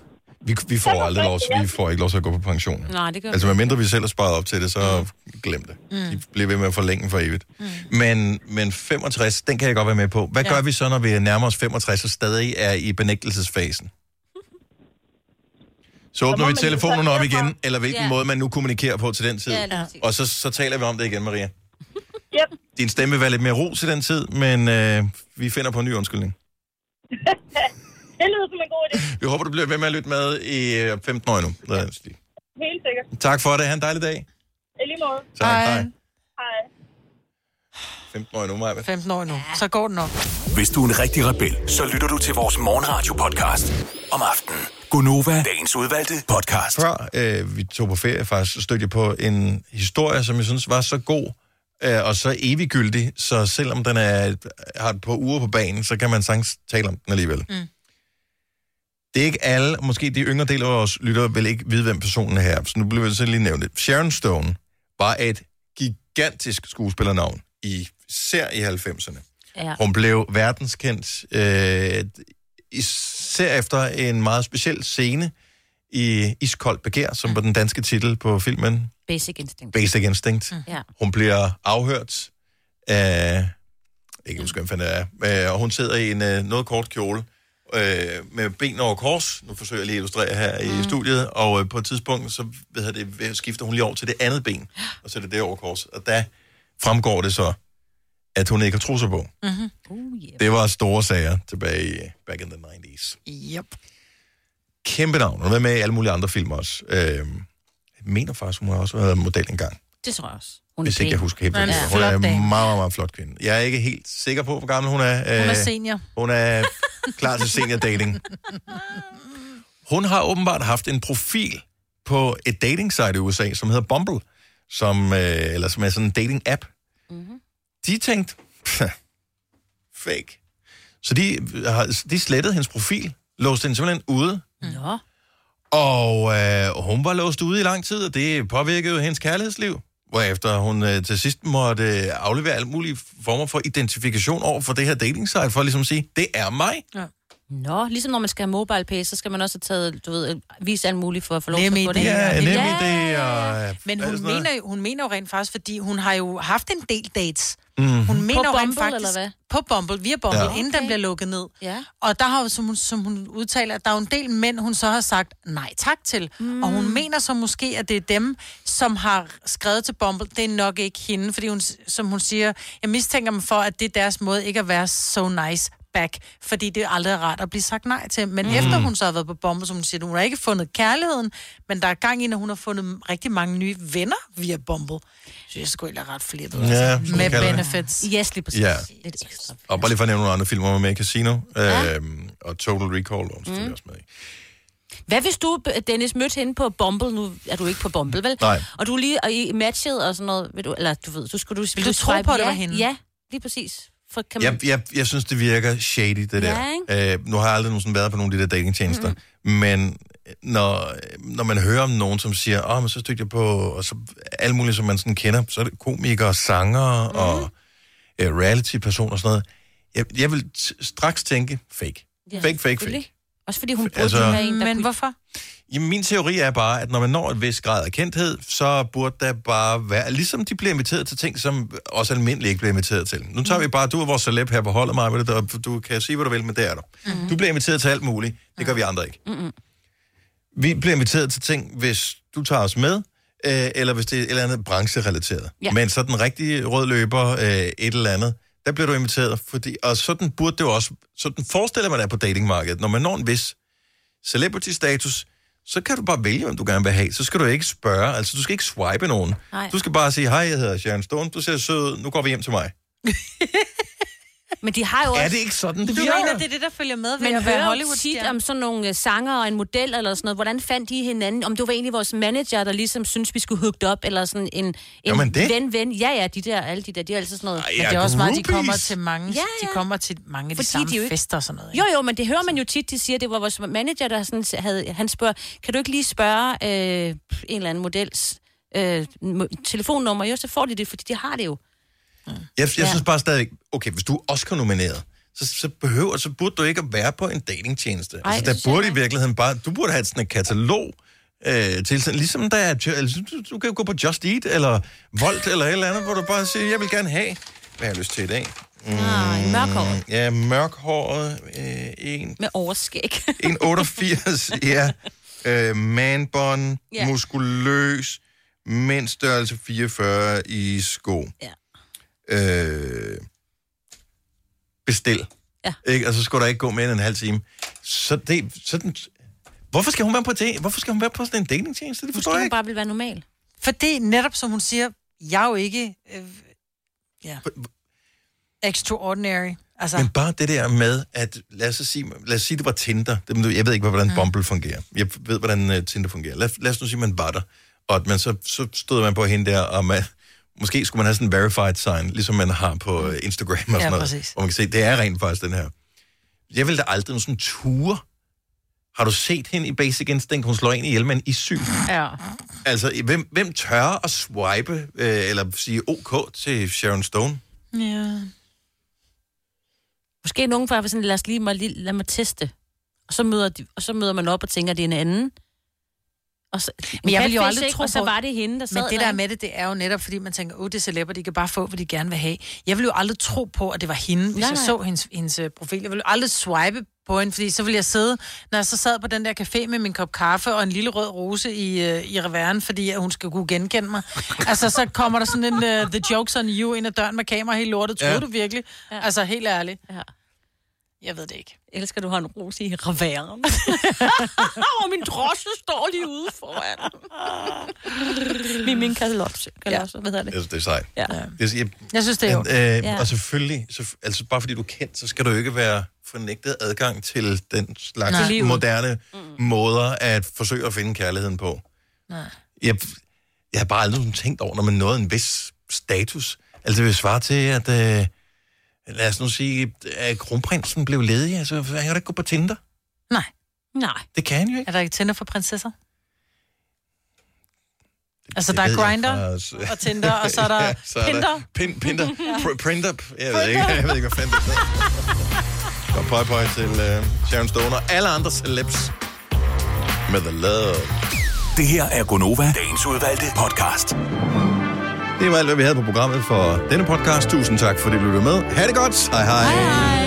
Speaker 1: vi, vi får aldrig lov, vi får ikke lov til at gå på pension.
Speaker 2: Nej, det gør
Speaker 1: Altså, medmindre vi selv har sparet op til det, så glem det. Mm. Bliv ved med at forlænge for evigt. Mm. Men, men 65, den kan jeg godt være med på. Hvad
Speaker 12: Ja.
Speaker 1: ja. gør vi så, når vi nærmer os 65 og stadig er i benægtelsesfasen? Så
Speaker 12: må
Speaker 1: åbner vi
Speaker 12: man jo
Speaker 1: telefonen
Speaker 12: så
Speaker 1: op
Speaker 12: derfra-
Speaker 1: igen, eller hvilken
Speaker 12: Ja.
Speaker 1: ja. måde man nu kommunikerer på til den tid.
Speaker 12: Ja, lige præcis.
Speaker 1: og så, så taler vi om det igen, Maria.
Speaker 12: Yep.
Speaker 1: Din stemme vil være lidt mere ros i den tid, men øh, vi finder på en ny undskyldning.
Speaker 12: det lyder som en god idé.
Speaker 1: Vi håber, du bliver ved med at lytte med i øh, 15 år nu. Ja.
Speaker 12: Helt sikkert.
Speaker 1: Tak for det. Ha' en dejlig dag.
Speaker 12: I lige måde.
Speaker 1: Tak. Hej.
Speaker 12: Hej.
Speaker 1: 15 år nu, Maja.
Speaker 3: 15 år nu. Så går den op.
Speaker 1: Øh.
Speaker 21: Hvis du er en rigtig rebel, så lytter du til vores morgenradio-podcast om aftenen. Gunova, dagens udvalgte podcast.
Speaker 1: Før øh, vi tog på ferie, faktisk, så stødte jeg på en historie, som jeg synes var så god øh, og så eviggyldig, så selvom den er, har et par uger på banen, så kan man sagtens tale om den alligevel. Mm. Det er ikke alle, måske de yngre del af vores lyttere vil ikke vide, hvem personen er her, så nu bliver vi så lige nævnt det. Sharon Stone var et gigantisk skuespillernavn, i, især i 90'erne.
Speaker 2: Ja.
Speaker 1: Hun blev verdenskendt, øh, især efter en meget speciel scene i Iskoldt Begær,
Speaker 2: Mm.
Speaker 1: som var den danske titel på filmen
Speaker 2: Basic instinct.
Speaker 1: Basic Instinct. Mm.
Speaker 2: Ja.
Speaker 1: Hun bliver afhørt af... Jeg kan huske, hvem fanden det er. Øh, Og hun sidder i en øh, noget kort kjole øh, med ben over kors. Nu forsøger jeg lige at illustrere her
Speaker 2: Mm.
Speaker 1: i studiet. Og øh, på et tidspunkt, så ved jeg, det, øh, skifter hun lige over til det andet ben. Og sætter det over kors. Og der fremgår det så, at hun ikke har trusser på.
Speaker 3: Mm-hmm.
Speaker 2: Uh,
Speaker 1: Det var store sager tilbage i, øh, back in the 90's.
Speaker 3: Yep.
Speaker 1: Kæmpe navn. Hun har været med i alle mulige andre film også. Øh, jeg mener faktisk, hun har også været model engang.
Speaker 2: Det tror jeg også.
Speaker 1: Hvis ikke jeg husker helt,
Speaker 3: Hun
Speaker 1: vildt.
Speaker 3: er en
Speaker 1: hun er
Speaker 3: flot
Speaker 1: en meget,
Speaker 3: dame.
Speaker 1: meget, meget flot kvinde. Jeg er ikke helt sikker på, hvor gammel hun er.
Speaker 3: Hun er
Speaker 1: Øh,
Speaker 3: senior.
Speaker 1: Hun er klar til senior dating. Hun har åbenbart haft en profil på et dating site i USA, som hedder Bumble, som, øh, eller som er sådan en dating app. Mm-hmm. De tænkte, "Pff, fake. Så de, øh, har- de slettede hendes profil, låste hende simpelthen ude.
Speaker 2: Nå.
Speaker 1: Og øh, hun var låst ude i lang tid, og det påvirkede jo hendes kærlighedsliv. Hvorefter hun øh, til sidst måtte øh, aflevere alle mulige former for identifikation over for det her dating site, for at ligesom at sige, det er mig.
Speaker 3: Ja.
Speaker 2: Nå, ligesom når man skal have mobile pay, så skal man også have taget, du ved, vise alt muligt for at få lov til at
Speaker 3: Nem
Speaker 2: få
Speaker 3: idé.
Speaker 2: det.
Speaker 3: Ja, nem
Speaker 1: idé, og, øh, alt
Speaker 3: Men
Speaker 1: sådan
Speaker 3: hun
Speaker 1: noget.
Speaker 3: mener, jo- hun mener jo rent faktisk, fordi hun har jo haft en del dates.
Speaker 1: Mhm.
Speaker 3: Hun mener
Speaker 2: På
Speaker 3: jo rent
Speaker 2: Bumble,
Speaker 3: faktisk,
Speaker 2: eller hvad?
Speaker 3: På Bumble, via Bumble,
Speaker 2: Ja.
Speaker 3: ja. inden den
Speaker 2: Okay.
Speaker 3: bliver lukket ned.
Speaker 2: Ja.
Speaker 3: Og der har jo, som hun, som hun udtaler, at der er jo en del mænd, hun så har sagt nej tak til. Mm. Og hun mener så måske, at det er dem, som har skrevet til Bumble, det er nok ikke hende. Fordi hun, som hun siger, jeg mistænker dem for, at det er deres måde ikke at være so nice back, fordi det er aldrig rart at blive sagt nej til. Men mm. efter hun så har været på Bumble, som hun siger, hun har ikke fundet kærligheden, men der er gang i, at hun har fundet rigtig mange nye venner via Bumble. Så jeg skulle ellers ret flippet.
Speaker 1: Ja, som man
Speaker 3: med
Speaker 1: kalder det.
Speaker 3: benefits.
Speaker 2: Yes, lige præcis.
Speaker 1: Ja.
Speaker 2: Lidt ekstra.
Speaker 1: Og bare lige for at nævne nogle andre film, hun var med i Casino, øh, og Total Recall, og mm. også med i.
Speaker 2: Hvad hvis du, øh, Dennis, mødte hende på Bumble? Nu er du ikke på Bumble, vel?
Speaker 1: Nej.
Speaker 2: Og du lige og I matchede og sådan noget. Ved du, eller du ved, du skulle du...
Speaker 3: Vil du tro
Speaker 2: swipe
Speaker 3: på, at det
Speaker 2: ja,
Speaker 3: var hende?
Speaker 2: Ja, lige præcis. For kan man...
Speaker 1: Jeg, jeg, jeg synes, det virker shady, det der.
Speaker 2: Ja,
Speaker 1: øh, nu har jeg aldrig nogensinde været på nogle af de der datingtjenester, mm. men når, øh, når man hører om nogen, som siger, åh, men så stødte jeg på og så, alle mulige, som man sådan kender, så er det komikere, sanger mm. og øh, reality-personer og sådan noget. Jeg, jeg vil t- straks tænke, fake. Ja, fake, fake, fake.
Speaker 2: selvfølgelig. Også fordi hun burde
Speaker 1: Altså-
Speaker 2: altså... have en, der
Speaker 1: Men
Speaker 2: kunne...
Speaker 3: hvorfor?
Speaker 1: Jamen, min teori er bare, at når man når et vis grad af kendthed, så burde der bare være... Ligesom de bliver inviteret til ting, som også almindelige ikke bliver inviteret til. Nu tager vi bare... Du er vores celeb her på holdet, Maja, og du kan sige, hvad du vil, men det er du. Mm. Du bliver inviteret til alt muligt. Det gør vi andre ikke.
Speaker 2: Mm-mm.
Speaker 1: Vi bliver inviteret til ting, hvis du tager os med, øh, eller hvis det er et eller andet brancherelateret.
Speaker 2: Ja.
Speaker 1: Men så den rigtige rød løber, øh, et eller andet, der bliver du inviteret. Fordi, og sådan burde det jo også... Sådan forestiller man dig på datingmarkedet. Når man når en vis celebrity-status, så kan du bare vælge, hvem du gerne vil have. Så skal du ikke spørge, altså du skal ikke swipe nogen.
Speaker 2: Nej.
Speaker 1: Du skal bare sige, hej, jeg hedder Sharon Stone, du ser sød ud, nu går vi hjem til mig.
Speaker 2: Men de har jo også...
Speaker 1: Er det ikke sådan, det
Speaker 2: Du
Speaker 1: virker?
Speaker 2: mener,
Speaker 3: Det er det, der følger med ved
Speaker 2: Men
Speaker 3: at
Speaker 2: hører
Speaker 3: være
Speaker 2: jo tit
Speaker 3: Hollywood-stjerne.
Speaker 2: om sådan nogle øh, sanger og en model eller sådan noget. Hvordan fandt de hinanden? Om det var egentlig vores manager, der ligesom synes vi skulle hooked op, eller sådan en, en
Speaker 1: Jamen, det-
Speaker 2: ven, ven. Ja, ja, de der, alle de der, de er altid sådan noget.
Speaker 3: Men det er også meget, de kommer til mange, ja,
Speaker 2: Ja,
Speaker 3: ja. de kommer til mange af de
Speaker 2: Fordi
Speaker 3: samme
Speaker 2: de er jo ikke-
Speaker 3: fester og sådan noget.
Speaker 2: Jo, jo, men det hører man jo tit, de siger, det var vores manager, der sådan havde, han spørger, kan du ikke lige spørge øh, en eller anden models øh, mo- telefonnummer? Jo, så får de det, fordi de har det jo.
Speaker 1: Mm. Jeg, jeg ja. synes bare stadigvæk, okay, hvis du er Oscar-nomineret, så, så, behøver, så burde du ikke at være på en datingtjeneste.
Speaker 2: Ej,
Speaker 1: Ej, altså,
Speaker 2: det
Speaker 1: der burde i virkeligheden bare, du burde have sådan et katalog, øh, til, sådan- ligesom der er, altså, du, du kan jo gå på Just Eat, eller Volt, eller et eller andet, hvor du bare siger, jeg vil gerne have, hvad jeg har lyst til i dag. Mm,
Speaker 2: en mørkhåret.
Speaker 1: Ja, mørkhåret, øh, en,
Speaker 2: Med overskæg.
Speaker 1: en 88, ja, øh, manbånd,
Speaker 2: Ja.
Speaker 1: yeah. muskuløs, mindst størrelse 44 i sko. Ja. Øh, bestil. Ja. Ikke? Og så skulle der ikke gå mere end en halv time. Så det, sådan, hvorfor skal hun være på det? Hvorfor skal hun være på sådan en datingtjeneste? Det forstår jeg
Speaker 2: Hun
Speaker 1: ikke.
Speaker 2: bare vil være normal.
Speaker 3: Fordi netop som hun siger, jeg er jo ikke øh, ja. extraordinary. Altså,
Speaker 1: Men bare det der med, at lad os så sige, lad os sige det var Tinder. Det- Jeg ved ikke, hvordan
Speaker 3: Mm.
Speaker 1: mm. Bumble fungerer. Jeg ved, hvordan øh, Tinder fungerer. Lad, lad os nu sige, man var der. Og at man så, så stod man på hende der, og man, måske skulle man have sådan en verified sign, ligesom man har på øh, Instagram og sådan
Speaker 3: Ja,
Speaker 1: noget.
Speaker 3: præcis.
Speaker 1: Hvor man kan se, det er rent faktisk den her. Jeg ville da aldrig sådan ture. Har du set hende i Basic Instinct? Hun slår en ihjel med en isyg.
Speaker 3: ja.
Speaker 1: Altså, hvem, hvem tør at swipe, øh, eller sige OK til Sharon Stone?
Speaker 3: ja.
Speaker 2: Måske nogen fra sådan, lad os lige mig, lige- lad mig teste. Og så, møder de, og så møder man op og tænker, at det er en anden. Og så,
Speaker 3: Men jeg ville jo
Speaker 2: catfish,
Speaker 3: aldrig
Speaker 2: ikke?
Speaker 3: tro
Speaker 2: Og så
Speaker 3: på-
Speaker 2: var det hende, der sad
Speaker 3: Men det
Speaker 2: der
Speaker 3: der med det, det er jo netop, fordi man tænker, åh, det er celebber, de kan bare få, hvad de gerne vil have. Jeg ville jo aldrig tro på, at det var hende, hvis
Speaker 2: Nej,
Speaker 3: nej, jeg
Speaker 2: nej.
Speaker 3: så hendes, hendes øh, profil. Jeg ville jo aldrig swipe på hende, fordi så ville jeg sidde, når jeg så sad på den der café med min kop kaffe og en lille rød rose i, øh, i reveren, fordi at hun skal kunne genkende mig. Altså, så kommer der sådan en uh, The Jokes on You ind ad døren med kamera helt lortet. Troede
Speaker 2: Ja.
Speaker 3: ja. du virkelig? Ja. Altså, helt ærligt.
Speaker 2: Ja.
Speaker 3: Jeg ved det ikke.
Speaker 2: Jeg elsker, at du har en ros i reværen. og min drosse står lige ude foran. min min kalopse. Kalopse, ja. hvad hedder det?
Speaker 1: Jeg synes, Altså, det er sejt.
Speaker 2: Ja.
Speaker 1: Jeg, jeg,
Speaker 3: Jeg synes, det er
Speaker 1: Men,
Speaker 3: jo-
Speaker 1: øh,
Speaker 3: Ja.
Speaker 1: ja. Og selvfølgelig, så, altså bare fordi du er kendt, så skal du jo ikke være fornægtet adgang til den slags
Speaker 3: Nej. Til
Speaker 1: Nej.
Speaker 3: livet.
Speaker 1: moderne mm. måder at forsøge at finde kærligheden på.
Speaker 3: Nej.
Speaker 1: Jeg, jeg har bare aldrig sådan tænkt over, når man nåede en vis status. Altså det vil svare til, at øh, lad os nu sige, at kronprinsen blev ledig, altså han kan da ikke gå på Tinder.
Speaker 3: Nej.
Speaker 2: Nej.
Speaker 1: Det kan han jo ikke.
Speaker 3: Er der ikke Tinder for prinsesser? Altså,
Speaker 1: Det
Speaker 3: der
Speaker 1: ved jeg
Speaker 3: er Grinder
Speaker 1: fra-
Speaker 3: og Tinder, og så er der,
Speaker 1: Ja, så er der
Speaker 3: Tinder.
Speaker 1: Pin, Pinder. Pr- Printer. Jeg ved ikke, jeg ved ikke hvad fanden det hedder. Godt pøj pøj til uh, Sharon Stone og alle andre celebs. Med the love.
Speaker 21: Det her er Gonova, dagens udvalgte podcast.
Speaker 1: Det var alt, hvad vi havde på programmet for denne podcast. Tusind tak, fordi du lyttede med. Ha' det godt. Hej hej. hej, hej.